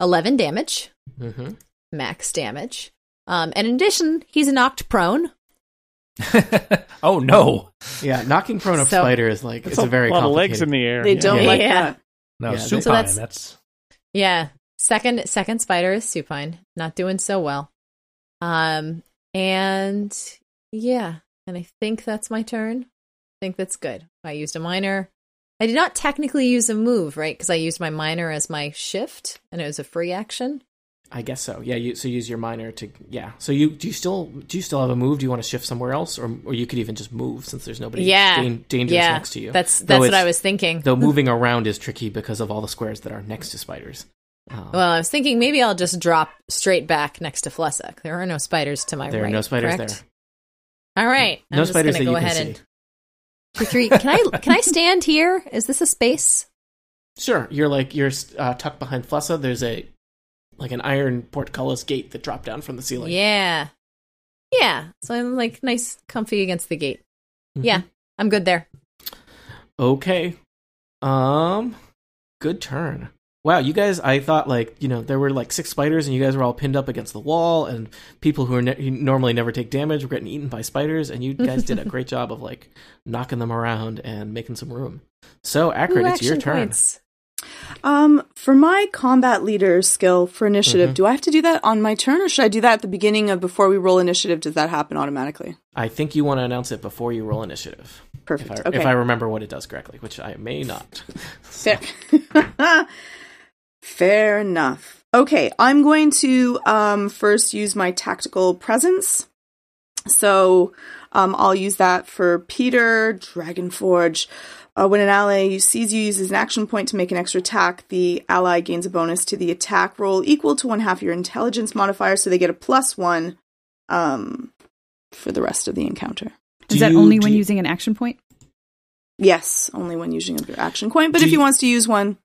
11 damage, Mhm. max damage. Um, and in addition, he's knocked prone. oh no, yeah, knocking prone a So- spider is like it's a a very lot of complicated. legs in the air. They Yeah. don't Yeah. like Yeah. that. no Yeah, supine. so that's- that's, Yeah. Second second spider is supine, not doing so well. Um and yeah, and I think that's my turn. I think that's good. I used a minor. I did not technically use a move, right? Cuz I used my minor as my shift and it was a free action. I guess so. Yeah. You so use your minor to yeah. So you do you still do you still have a move? Do you want to shift somewhere else, or or you could even just move since there's nobody Yeah. dan- dangerous yeah. next to you. That's Though that's what it's- I was thinking. Though moving around is tricky because of all the squares that are next to spiders. Um, well, I was thinking maybe I'll just drop straight back next to Flessuck. There are no spiders to my there right. are no spiders correct? there. All right. no I'm just spiders gonna that go you can ahead see. and two, three. Can I can I stand here? Is this a space? Sure, you're like you're uh, tucked behind Flessa. There's a like an iron portcullis gate that dropped down from the ceiling. Yeah, yeah. So I'm like nice, comfy against the gate. Mm-hmm. Yeah, I'm good there. Okay. Um. Good turn. Wow, you guys. I thought like you know there were like six spiders and you guys were all pinned up against the wall and people who are ne- who normally never take damage were getting eaten by spiders and you guys did a great job of like knocking them around and making some room. So Akron, Ooh, it's your action turn. points. Um, for my combat leader skill for initiative, Mm-hmm. do I have to do that on my turn, or should I do that at the beginning of before we roll initiative? Does that happen automatically? I think you want to announce it before you roll initiative. If Perfect. I, okay. if I remember what it does correctly, which I may not. Fair. Fair enough. Okay, I'm going to um, first use my tactical presence. So um, I'll use that for Peter Dragonforge. Uh, when an ally sees you uses an action point to make an extra attack, the ally gains a bonus to the attack roll equal to one half your intelligence modifier, so they get a plus one um, for the rest of the encounter. Do Is that you- only do when you- using an action point? Yes, only when using your action point, but Do if he you- wants to use one,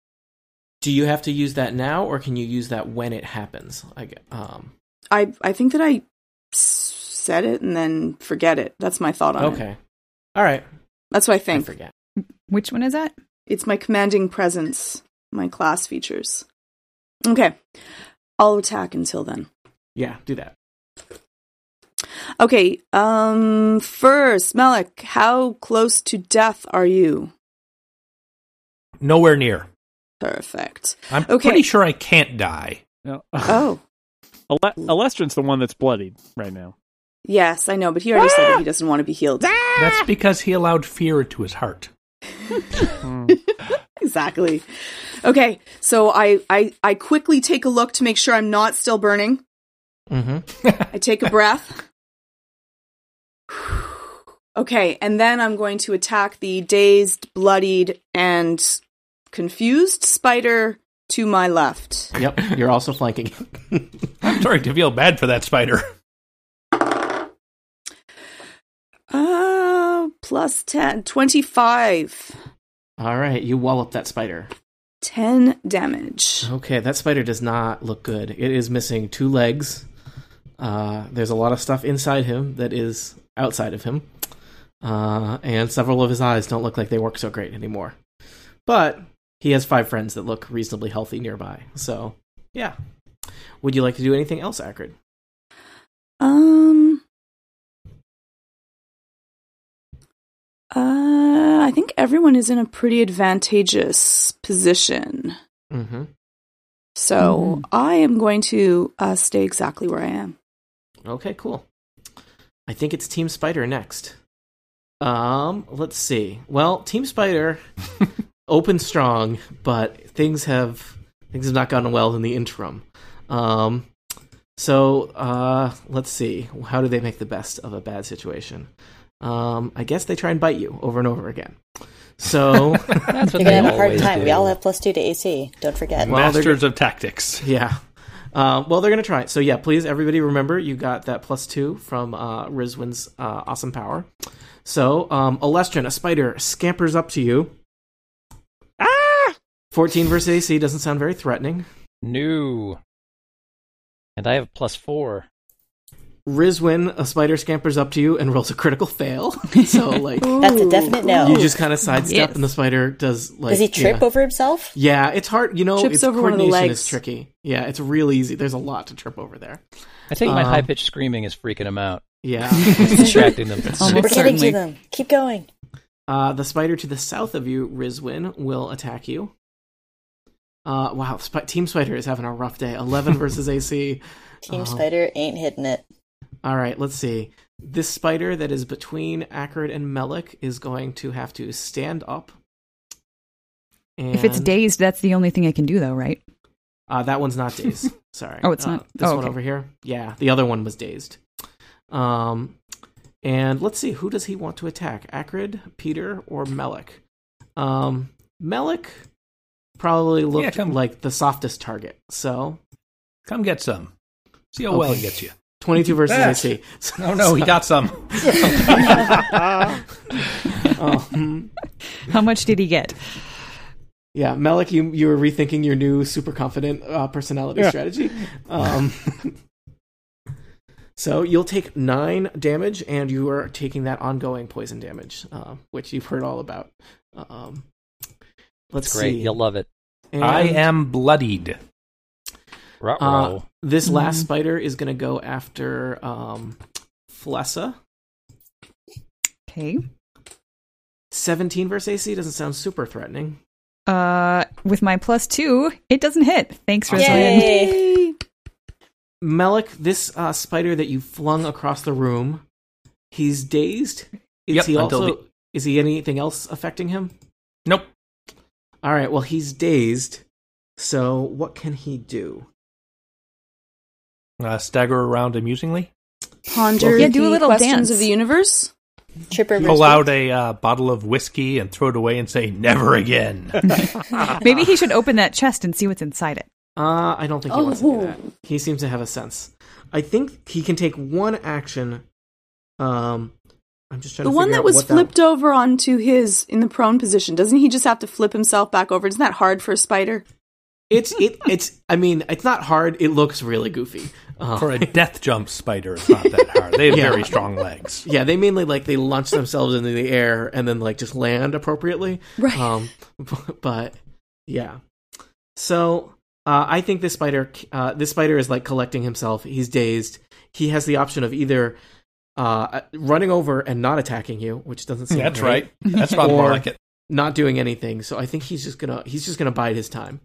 Do you have to use that now, or can you use that when it happens? I gue- um, I I think that I s- said it and then forget it. That's my thought on it. okay, all right. That's what I I think. forget. Which one is that? it's my commanding presence, my class features. Okay. I'll attack until then. Yeah, do that. Okay, um first, Malik, how close to death are you? nowhere near. Perfect. I'm Okay. pretty sure I can't die. No. Oh, Ale- Alestrin's the one that's bloodied right now. yes, I know, but he already said that he doesn't want to be healed. That's because he allowed fear into his heart. exactly. Okay, so I, I I quickly take a look to make sure I'm not still burning. Mm-hmm. I take a breath. okay, and then I'm going to attack the dazed, bloodied, and confused spider to my left. Yep, you're also flanking. I'm starting to feel bad for that spider. Uh, plus 10, 25, All right, you wallop that spider. 10 damage. Okay, that spider does not look good. It is missing two legs. Uh, there's a lot of stuff inside him that is outside of him. Uh, and several of his eyes don't look like they work so great anymore. But he has five friends that look reasonably healthy nearby. So, yeah. Would you like to do anything else, Acrid? Um, uh, I think everyone is in a pretty advantageous position. Mm-hmm. So I am going to uh, stay exactly where I am. Okay, cool. I think it's Team Spider next. Um, let's see. Well, Team Spider opened strong, but things have things have not gone well in the interim. Um, so uh, let's see. How do they make the best of a bad situation? Um, I guess they try and bite you over and over again. So That's what You're they gonna have a hard always time. do. We all have plus two to AC. Don't forget. Well, they're Masters of tactics. Yeah. Um, well, they're going to try it. So, yeah, please, everybody remember you got that plus two from uh, Rizwin's uh, awesome power. So, um, Alestrin, a spider, scampers up to you. Ah! 14 versus AC doesn't sound very threatening. No. And I have plus four. Rizwin, a spider, scampers up to you and rolls a critical fail. so, like, That's a definite no. you just kind of sidestep Yes. and the spider does, like. Does he trip yeah. over himself? Yeah, it's hard. You know, Trips it's over one of the coordination is legs. tricky. Yeah, it's real easy. There's a lot to trip over there. I think my Um, high pitched screaming is freaking them out. Yeah. It's distracting them. Almost We're getting certainly. to them. Keep going. Uh, the spider to the south of you, Rizwin, will attack you. Uh, wow, Sp- Team Spider is having a rough day. 11 versus AC. Team Uh-huh. Spider ain't hitting it. All right, let's see. This spider that is between Akrid and Melik is going to have to stand up. And, If Um, it's dazed, that's the only thing I can do, though, right? Uh, that one's not dazed. Sorry. Oh, it's Uh, not? This Oh, one okay. over here. Yeah, the other one was dazed. Um, and let's see, who does he want to attack? Akrid, Peter, or Melik? Um, Melik probably looked come- like the softest target. So Come get some. See how well Okay. it gets you. 22 versus Ah. AC. So- No, no, he got some. um, How much did he get? yeah, Melik, you you were rethinking your new super confident uh, personality strategy. Um, so you'll take nine damage, and you are taking that ongoing poison damage, uh, which you've heard all about. Um, let's It's great. see. You'll love it. And, I am bloodied. Ruh, Uh, roh. this last spider is going to go after um, Flessa. Okay. Seventeen versus AC doesn't sound super threatening. Uh, with my plus two, it doesn't hit. Thanks, Awesome. Rosalind. Yay. Melik, this uh, spider that you flung across the room, he's dazed. Is Yep, he until also is he anything else affecting him? Nope. All right, well he's dazed. So what can he do? Uh, stagger around amusingly. Ponder Yeah, do a the little questions dance. of the universe. Trip over. Pull out a uh, bottle of whiskey and throw it away and say, never again. Maybe he should open that chest and see what's inside it. Uh, I don't think he wants to do that. Oh. He seems to have a sense. I think he can take one action. Um, I'm just trying The to one figure that out was what flipped over onto his in the prone position. Doesn't he just have to flip himself back over? Isn't that hard for a spider? It's it it's. I mean, it's not hard. It looks really goofy. Um, For a death jump spider, it's not that hard. They have Yeah. very strong legs. Yeah, they mainly like they launch themselves into the air and then like just land appropriately. Right. Um, but yeah, so uh, I think this spider, uh, this spider is like collecting himself. He's dazed. He has the option of either uh, running over and not attacking you, which doesn't seem That's great, right. That's about more Or- like it. Not doing anything. So I think he's just gonna he's just gonna bide his time.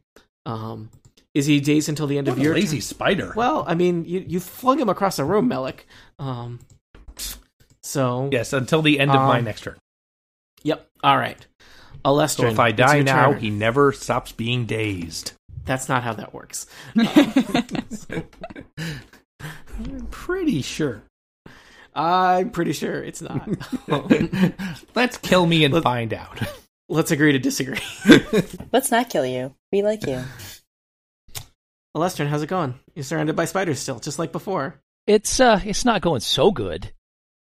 Um, is he dazed until the end What of a your lazy spider. Well, I mean, you you flung him across the room, Melik. Um, so yes, until the end of my Um, next turn. Yep. All right. Alestrin. So if I it's die your now, turn. he never stops being dazed. That's not how that works. I'm pretty sure. I'm pretty sure it's not. Let's kill me and Let's- find out. Let's agree to disagree. Let's not kill you. We like you. Alestrin, how's it going? You're surrounded by spiders still, just like before. it's uh, it's not going so good,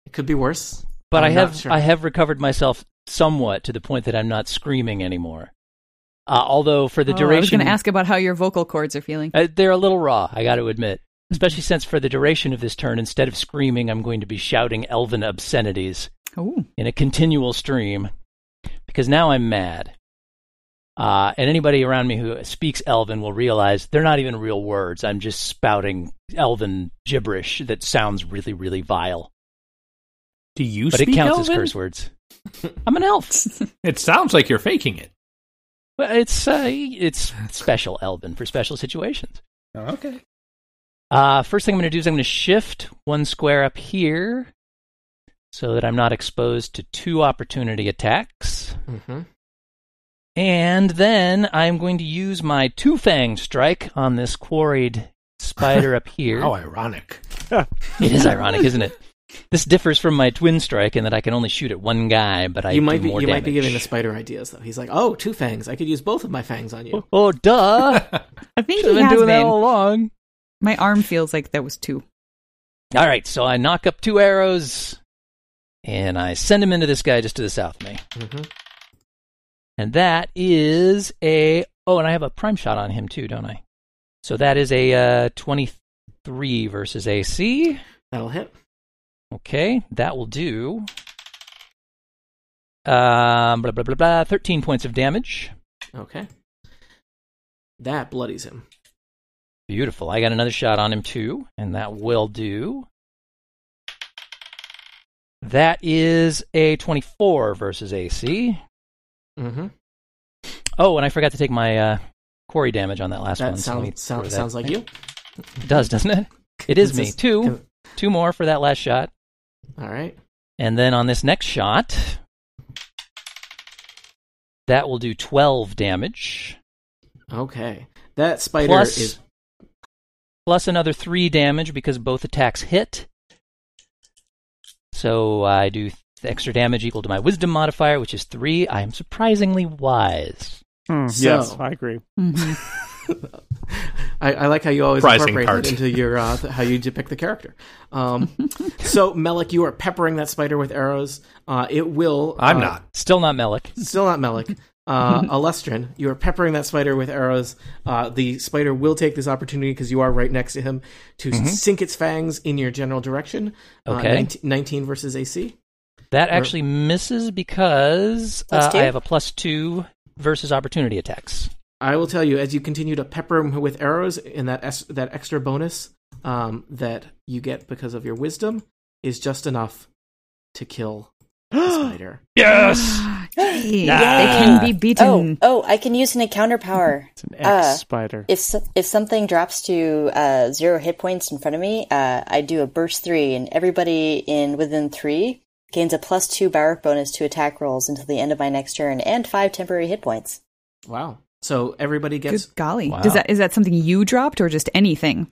It could be worse. but i I'm have not sure. I have recovered myself somewhat to the point that I'm not screaming anymore. Uh, although for the Oh, I was duration, going to ask about how your vocal cords are feeling. uh, they're a little raw. I got to admit, especially since for the duration of this turn, instead of screaming, I'm going to be shouting elven obscenities. Oh, in a continual stream because now I'm mad. Uh, and anybody around me who speaks Elven will realize they're not even real words. I'm just spouting Elven gibberish that sounds really, really vile. Do you but it speak counts Elven? as curse words. I'm an elf. It sounds like you're faking it. Well, it's uh, it's special Elven for special situations. Oh, Okay. Uh, first thing I'm going to do is I'm going to shift one square up here so that I'm not exposed to two opportunity attacks. Mm-hmm. And then I'm going to use my two fang strike on this quarried spider up here. How ironic. It is ironic, isn't it? This differs from my twin strike in that I can only shoot at one guy, but I you do might be you more might be damage. giving the spider ideas though. He's like, oh, two fangs. I could use both of my fangs on you. Oh, duh! I think Should've he been has doing that been. all along. My arm feels like that was two. All right, so I knock up two arrows, and I send them into this guy just to the south of me, Oh. Mhm. and that is a oh, and I have a prime shot on him too, don't I? So that is a uh, twenty-three versus AC. That'll hit. Okay, that will do. Um, blah blah blah blah. Thirteen points of damage. Okay. That bloodies him. Beautiful. I got another shot on him too, and that will do. That is a 24 versus AC. Mm-hmm. Oh, and I forgot to take my uh, quarry damage on that last one. That so let me sounds throw sound, that- sounds like you. It does, doesn't it? It is me. This Two, two more for that last shot, All right. and then on this next shot, that will do 12 damage Okay. That spider Plus- is plus another three damage because both attacks hit. So I do th- extra damage equal to my wisdom modifier, which is three. I am surprisingly wise. Mm, So- yes, I agree. Mhm. I, I like how you always Surprising incorporate part. that into your uh, th- how you depict the character. Um, so Melik, you are peppering that spider with arrows. Uh, it will. I'm uh, not. Still not Melik. Still not Melik. Uh, Alestrin, you are peppering that spider with arrows. Uh, the spider will take this opportunity because you are right next to him to Mm-hmm. sink its fangs in your general direction. Uh, Okay. 19, 19 versus AC. That actually misses because uh, Plus two? I have a plus two versus opportunity attacks. I will tell you as you continue to pepper him with arrows, and that es- that extra bonus um, that you get because of your wisdom is just enough to kill the spider. Yes. Jeez, They Yeah. can be Oh, beaten. oh, I can use an encounter power. It's an X Uh, spider. If so- if something drops to uh, zero hit points in front of me, uh, I do a burst three, and everybody in within three gains a plus two barrack bonus to attack rolls until the end of my next turn, and five temporary hit points. Wow. So everybody gets Good golly. Wow. Does that is that something you dropped or just anything?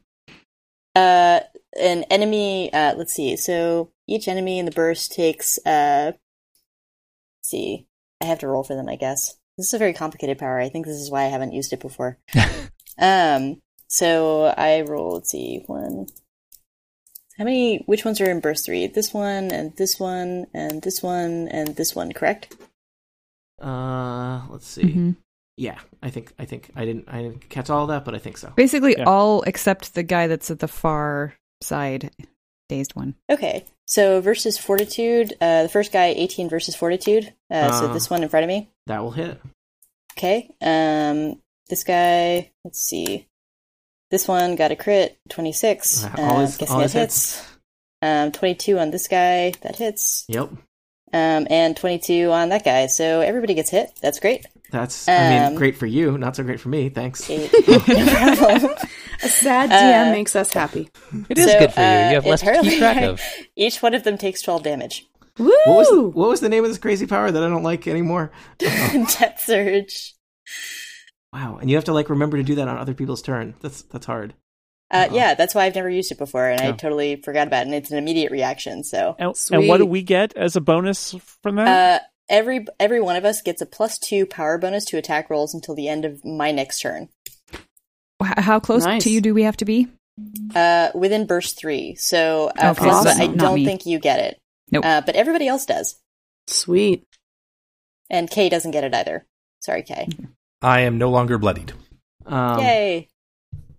Uh, an enemy. Uh, let's see. So each enemy in the burst takes. Uh, let's see, I have to roll for them. I guess this is a very complicated power. I think this is why I haven't used it before. um. So I roll. Let's see. One. How many? Which ones are in burst three? This one and this one and this one and this one. Correct. Uh, let's see. Mm-hmm. Mhm. Yeah, I think I think I didn't I didn't catch all that, but I think so. Basically, Yeah. all except the guy that's at the far side, dazed one. Okay. So versus fortitude. Uh, the first guy eighteen versus fortitude. Uh, Uh. so this one in front of me. That will hit. Okay. Um, this guy. Let's see. This one got a crit, twenty six. Uh, Uh, all his- guessing all that his hits. Um, twenty two on this guy. That hits. Yep. Um, and twenty two on that guy. So everybody gets hit. That's great. That's I mean Um, great for you, not so great for me. Thanks. Eight. No problem. A sad DM Uh, makes us happy. It is So, good for you. uh, You have less to apparently keep track I- of. Each one of them takes twelve damage. Woo! What was what was the name of this crazy power that I don't like anymore? Oh. Death surge. Wow. And you have to like remember to do that on other people's turn. That's that's hard. Uh, Oh. Uh-huh. yeah, that's why I've never used it before, and I Yeah. totally forgot about it. And it's an immediate reaction. So And, and what do Sweet. we get as a bonus from that? uh, every every one of us gets a plus two power bonus to attack rolls until the end of my next turn. Wh- How close Nice. to you do we have to be? Uh, within burst three. So, uh, Okay, Philippa, awesome. I Not don't me. think you get it. Nope. Uh, but everybody else does. Sweet. And Kay doesn't get it either. Sorry, Kay. I am no longer bloodied. Um Yay.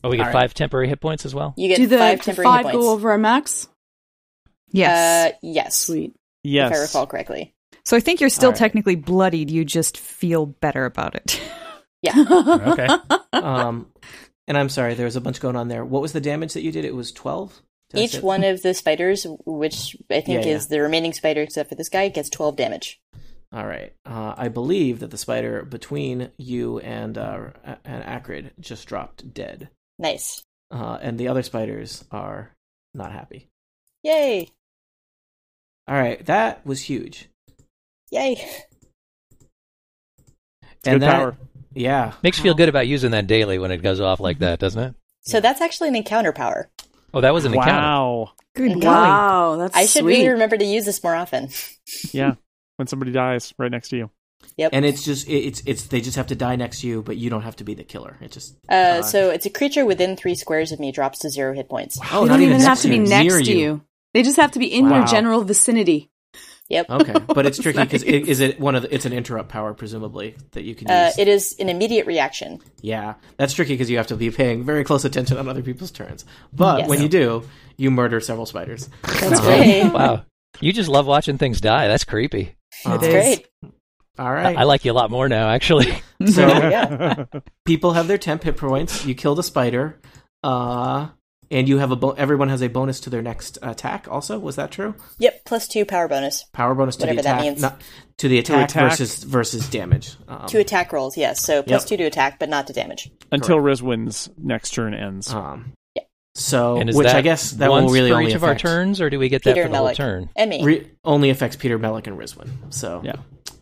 Oh, we get Alright. five temporary hit points as well. You get Do the five do temporary hit five points. go over our max? Yes. Uh, yes. Sweet. yes. If I recall correctly. so I think you're still all right. technically bloodied. You just feel better about it. Okay. um and I'm sorry, there was a bunch going on there. What was the damage that you did? It was twelve? Each one of the spiders, which I think Yeah, yeah. is the remaining spider except for this guy, gets 12 damage. All right. Uh, I believe that the spider between you and uh, and Acrid just dropped dead, Nice. uh, and the other spiders are not happy. Yay. All right, that was huge. Yay. It's good that, power. Yeah. Makes you feel good about using that daily when it goes off like that, doesn't it? So that's actually an encounter power. Oh, that was an encounter. Wow. Good Mhm. golly. Wow, that's I should sweet. really remember to use this more often. Yeah. When somebody dies right next to you. Yep. And it's just it, it's it's they just have to die next to you, but you don't have to be the killer. It just Uh, so it's a creature within three squares of me drops to zero hit points. oh, they not don't even have next to be you, next near to you. They just have to be in Wow. your general vicinity. Yep. Okay, but it's tricky because it, is it one of the, it's an interrupt power presumably that you can Uh, use. it is an immediate reaction. yeah, that's tricky because you have to be paying very close attention on other people's turns. But Yes. when you do, you murder several spiders. That's great. Wow. You just love watching things die. That's creepy. That's great. Um, All I, right. I like you a lot more now, actually. so Yeah. people have their temp hit points. You killed a spider, uh, and you have a bo- everyone has a bonus to their next attack. Also, was that true? Yep. Plus two power bonus Power bonus to Whatever the that attack, means. not- to the attack, attack. versus versus damage. Um, to attack rolls. Yes. So plus Yep. two to attack, but not to damage. Until Rizwin's next turn ends. um, Yeah. so, And is which that I guess that once will really for only each of our affect, turns, or do we get that Peter for the whole Melick turn? and me. re- only affects Peter Melick and Rizwin. So Yeah.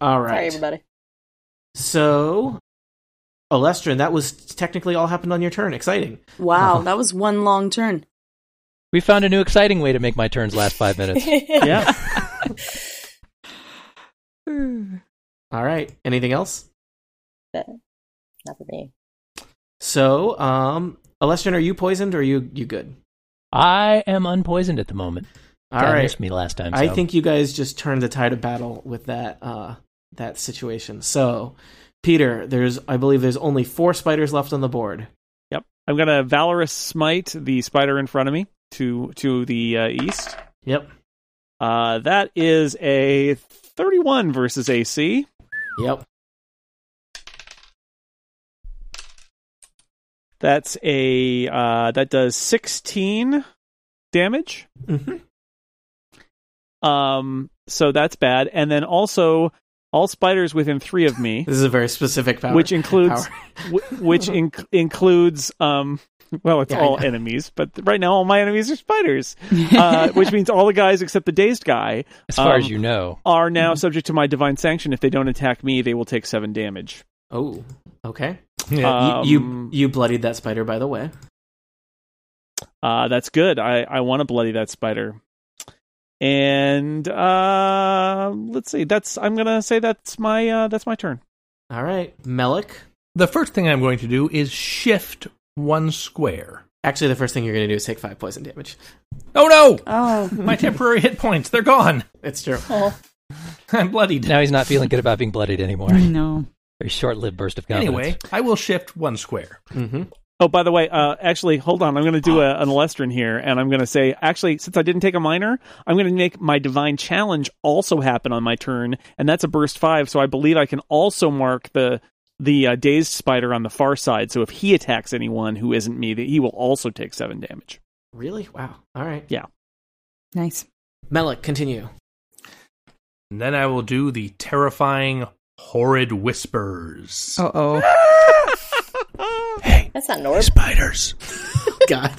all Sorry, right. everybody. so, Olestrin, that was technically all happened on your turn. Exciting. Wow, Uh-huh. that was one long turn. We found a new exciting way to make my turns last five minutes. Yeah. All right. Anything else? Not for me. So, um, Olestrin, are you poisoned or are you you good? I am unpoisoned at the moment. All That right. missed me last time. I so. think you guys just turned the tide of battle with that uh, that situation. So, Peter, there's I believe there's only four spiders left on the board. Yep. I'm going to Valorous Smite the spider in front of me to to the uh, east. Yep. Uh, that is a 31 versus AC. Yep. That's a uh, that does 16 damage. hmm Um, so that's bad. And then also all spiders within three of me, This is a very specific power. which includes Power. w- which inc- includes um, well, it's Yeah, I all know. enemies, but right now all my enemies are spiders, uh, which means all the guys except the dazed guy as far um, as you know, are Mm-hmm. now subject to my divine sanction. If they don't attack me, they will take seven damage. Oh, okay. Yeah. Y- you Um, you bloodied that spider, by the way. Uh, that's good. I, I want to bloody that spider. And uh, let's see. That's I'm gonna say that's my uh, that's my turn. All right, Melik. The first thing I'm going to do is shift one square. Actually, the first thing you're going to do is take five poison damage. Oh no! Oh, My temporary hit points, they're gone. It's true. I'm bloodied. now he's not feeling good about being bloodied anymore. no. Very short-lived burst of confidence. Anyway, I will shift one square. hmm Oh, by the way, uh, actually, hold on. I'm gonna do a, an Alestrin here, and I'm gonna say actually, since I didn't take a minor, I'm gonna make my divine challenge also happen on my turn, and that's a burst five. So I believe I can also mark the the uh, dazed spider on the far side. So if he attacks anyone who isn't me, that he will also take seven damage. Really? Wow. All right, Nice. Melik, continue. And then I will do the terrifying horrid whispers. Uh oh. That's not an orb. Spiders, God.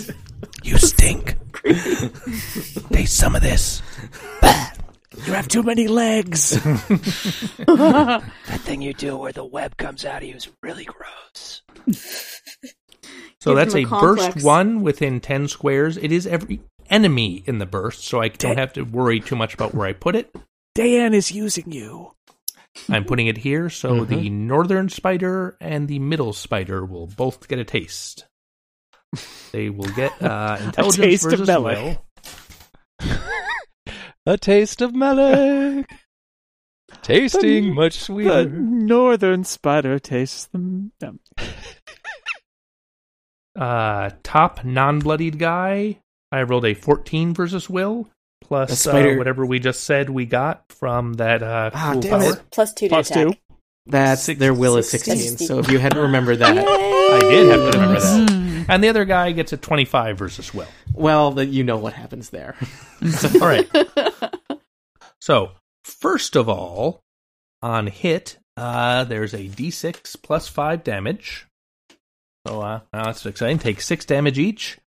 you stink. Taste some of this. You have too many legs. that thing you do where the web comes out of you is really gross. So Give that's a them a complex. burst one within 10 squares. It is every enemy in the burst, so I don't have to worry too much about where I put it. Diane is using you. I'm putting it here, so Mm-hmm. the northern spider and the middle spider will both get a taste. They will get uh, intelligence taste of versus melon. will. A taste of melon, tasting much The sweeter. northern spider tastes them. No. Uh, top non-bloodied guy. I rolled a 14 versus will A plus spider- uh, whatever we just said we got from that uh, Ah, cool damn power. it. Plus, plus two to Plus attack. two. That's their will is sixteen. Sixteen. So if you hadn't remembered that, I did have to remember that. And the other guy gets a 25 versus will. well, then you know what happens there. All right. So, first of all, on hit, uh, there's a d6 plus 5 damage. So, uh, now that's exciting. Take 6 damage each.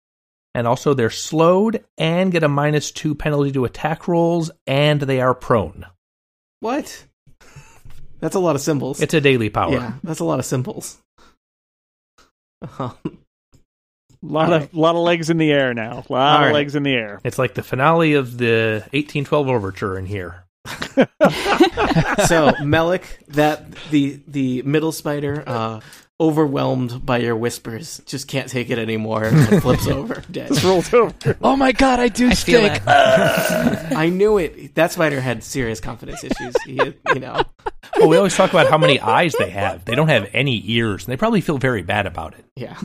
and also they're slowed and get a minus two penalty to attack rolls, and they are prone. What? That's a lot of symbols. It's a daily power. Yeah, that's a lot of symbols. Um, lot All of lot of legs in the air now. Lot All of right. legs in the air. It's like the finale of the 1812 overture in here. so Melik, that the the middle spider, uh, overwhelmed by your whispers, just can't take it anymore and flips over dead. Rolls over. Oh my god, I do I feel stink. that. I knew it. That spider had serious confidence issues. He, had- you know, Well, we always talk about how many eyes they have. They don't have any ears, and they probably feel very bad about it. yeah.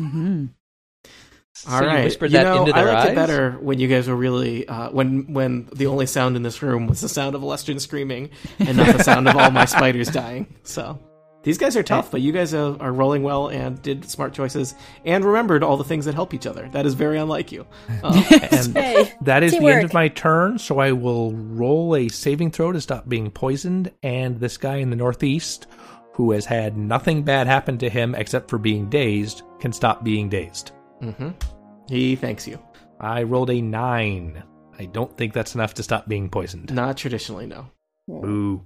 So All right, you whispered You that know, into I their liked eyes. it better when you guys were really uh, when when the only sound in this room was the sound of Alestrin screaming and not the sound of all my spiders dying. So these guys are tough, but you guys are, are rolling well and did smart choices and remembered all the things that help each other. That is very unlike you. Um, And that is the end Teamwork. of my turn, so I will roll a saving throw to stop being poisoned. And this guy in the Northeast, who has had nothing bad happen to him except for being dazed, can stop being dazed. mhm. He thanks you. I rolled a nine. I don't think that's enough to stop being poisoned. Not traditionally, no. Boo.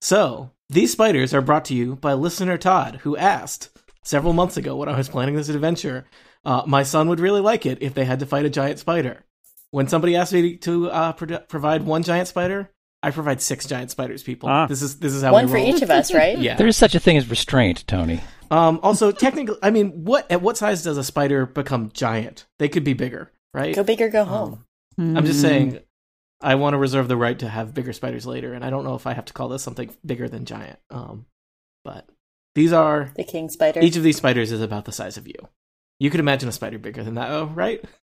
So, these spiders are brought to you by listener Todd, who asked several months ago when I was planning this adventure, uh, my son would really like it if they had to fight a giant spider. When somebody asked me to uh, pro- provide one giant spider, I provide six giant spiders. People, Ah. this is this is how One we for roll. each of us, right? Yeah. There is such a thing as restraint, Tony. Um, also, technically, I mean, what at what size does a spider become giant? They could be bigger, right? Go big or go Um, home. Mm. I'm just Mm. saying, I want to reserve the right to have bigger spiders later, and I don't know if I have to call this something bigger than giant. Um, but these are The king spider. each of these spiders is about the size of you. You could imagine a spider bigger than that, oh, right?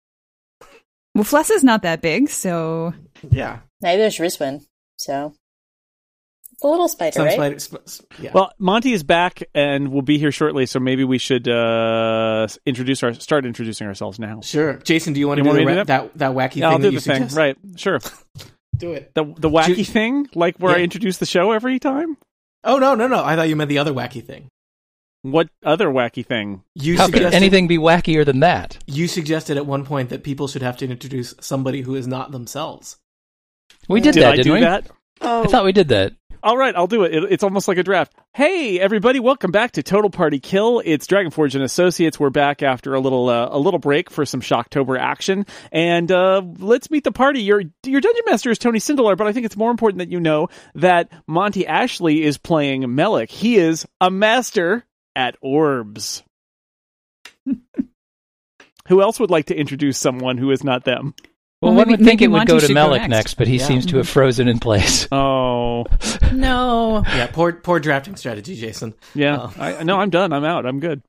Well, Fless is not that big, so Yeah, Neither is Rizwin, so it's a little spider, some right? spiders. Sp- s- yeah. Well, Monty is back and will be here shortly, so maybe we should uh, s- introduce our start introducing ourselves now. sure. Jason, do you want You to do, want me the to do ra- that? that wacky Yeah, thing I'll that do you the thing, suggest? right? Sure. Do it. The the wacky Ju- thing, like where I Yeah. introduce the show every time. Oh no, no, no! I thought you meant the other wacky thing. What other wacky thing? You How could suggested anything be wackier than that? You suggested at one point that people should have to introduce somebody who is not themselves. We did, Did that, I didn't do we? that? Oh, I thought we did that. All right, I'll do it. it. It's almost like a draft. Hey, everybody, welcome back to Total Party Kill. It's Dragonforge and Associates. We're back after a little uh, a little break for some Shocktober action, and uh, let's meet the party. Your your dungeon master is Tony Sindelar, but I think it's more important that you know that Monty Ashley is playing Melik. He is a master at orbs. who else would like to introduce someone who is not them? Well, Well, one maybe- would think maybe it would Monty go to should go Melik next. next, but he Yeah. seems to have frozen in place. Oh, No. Yeah, poor poor drafting strategy, Jason. yeah. Oh. I, no, I'm done. I'm out. I'm good.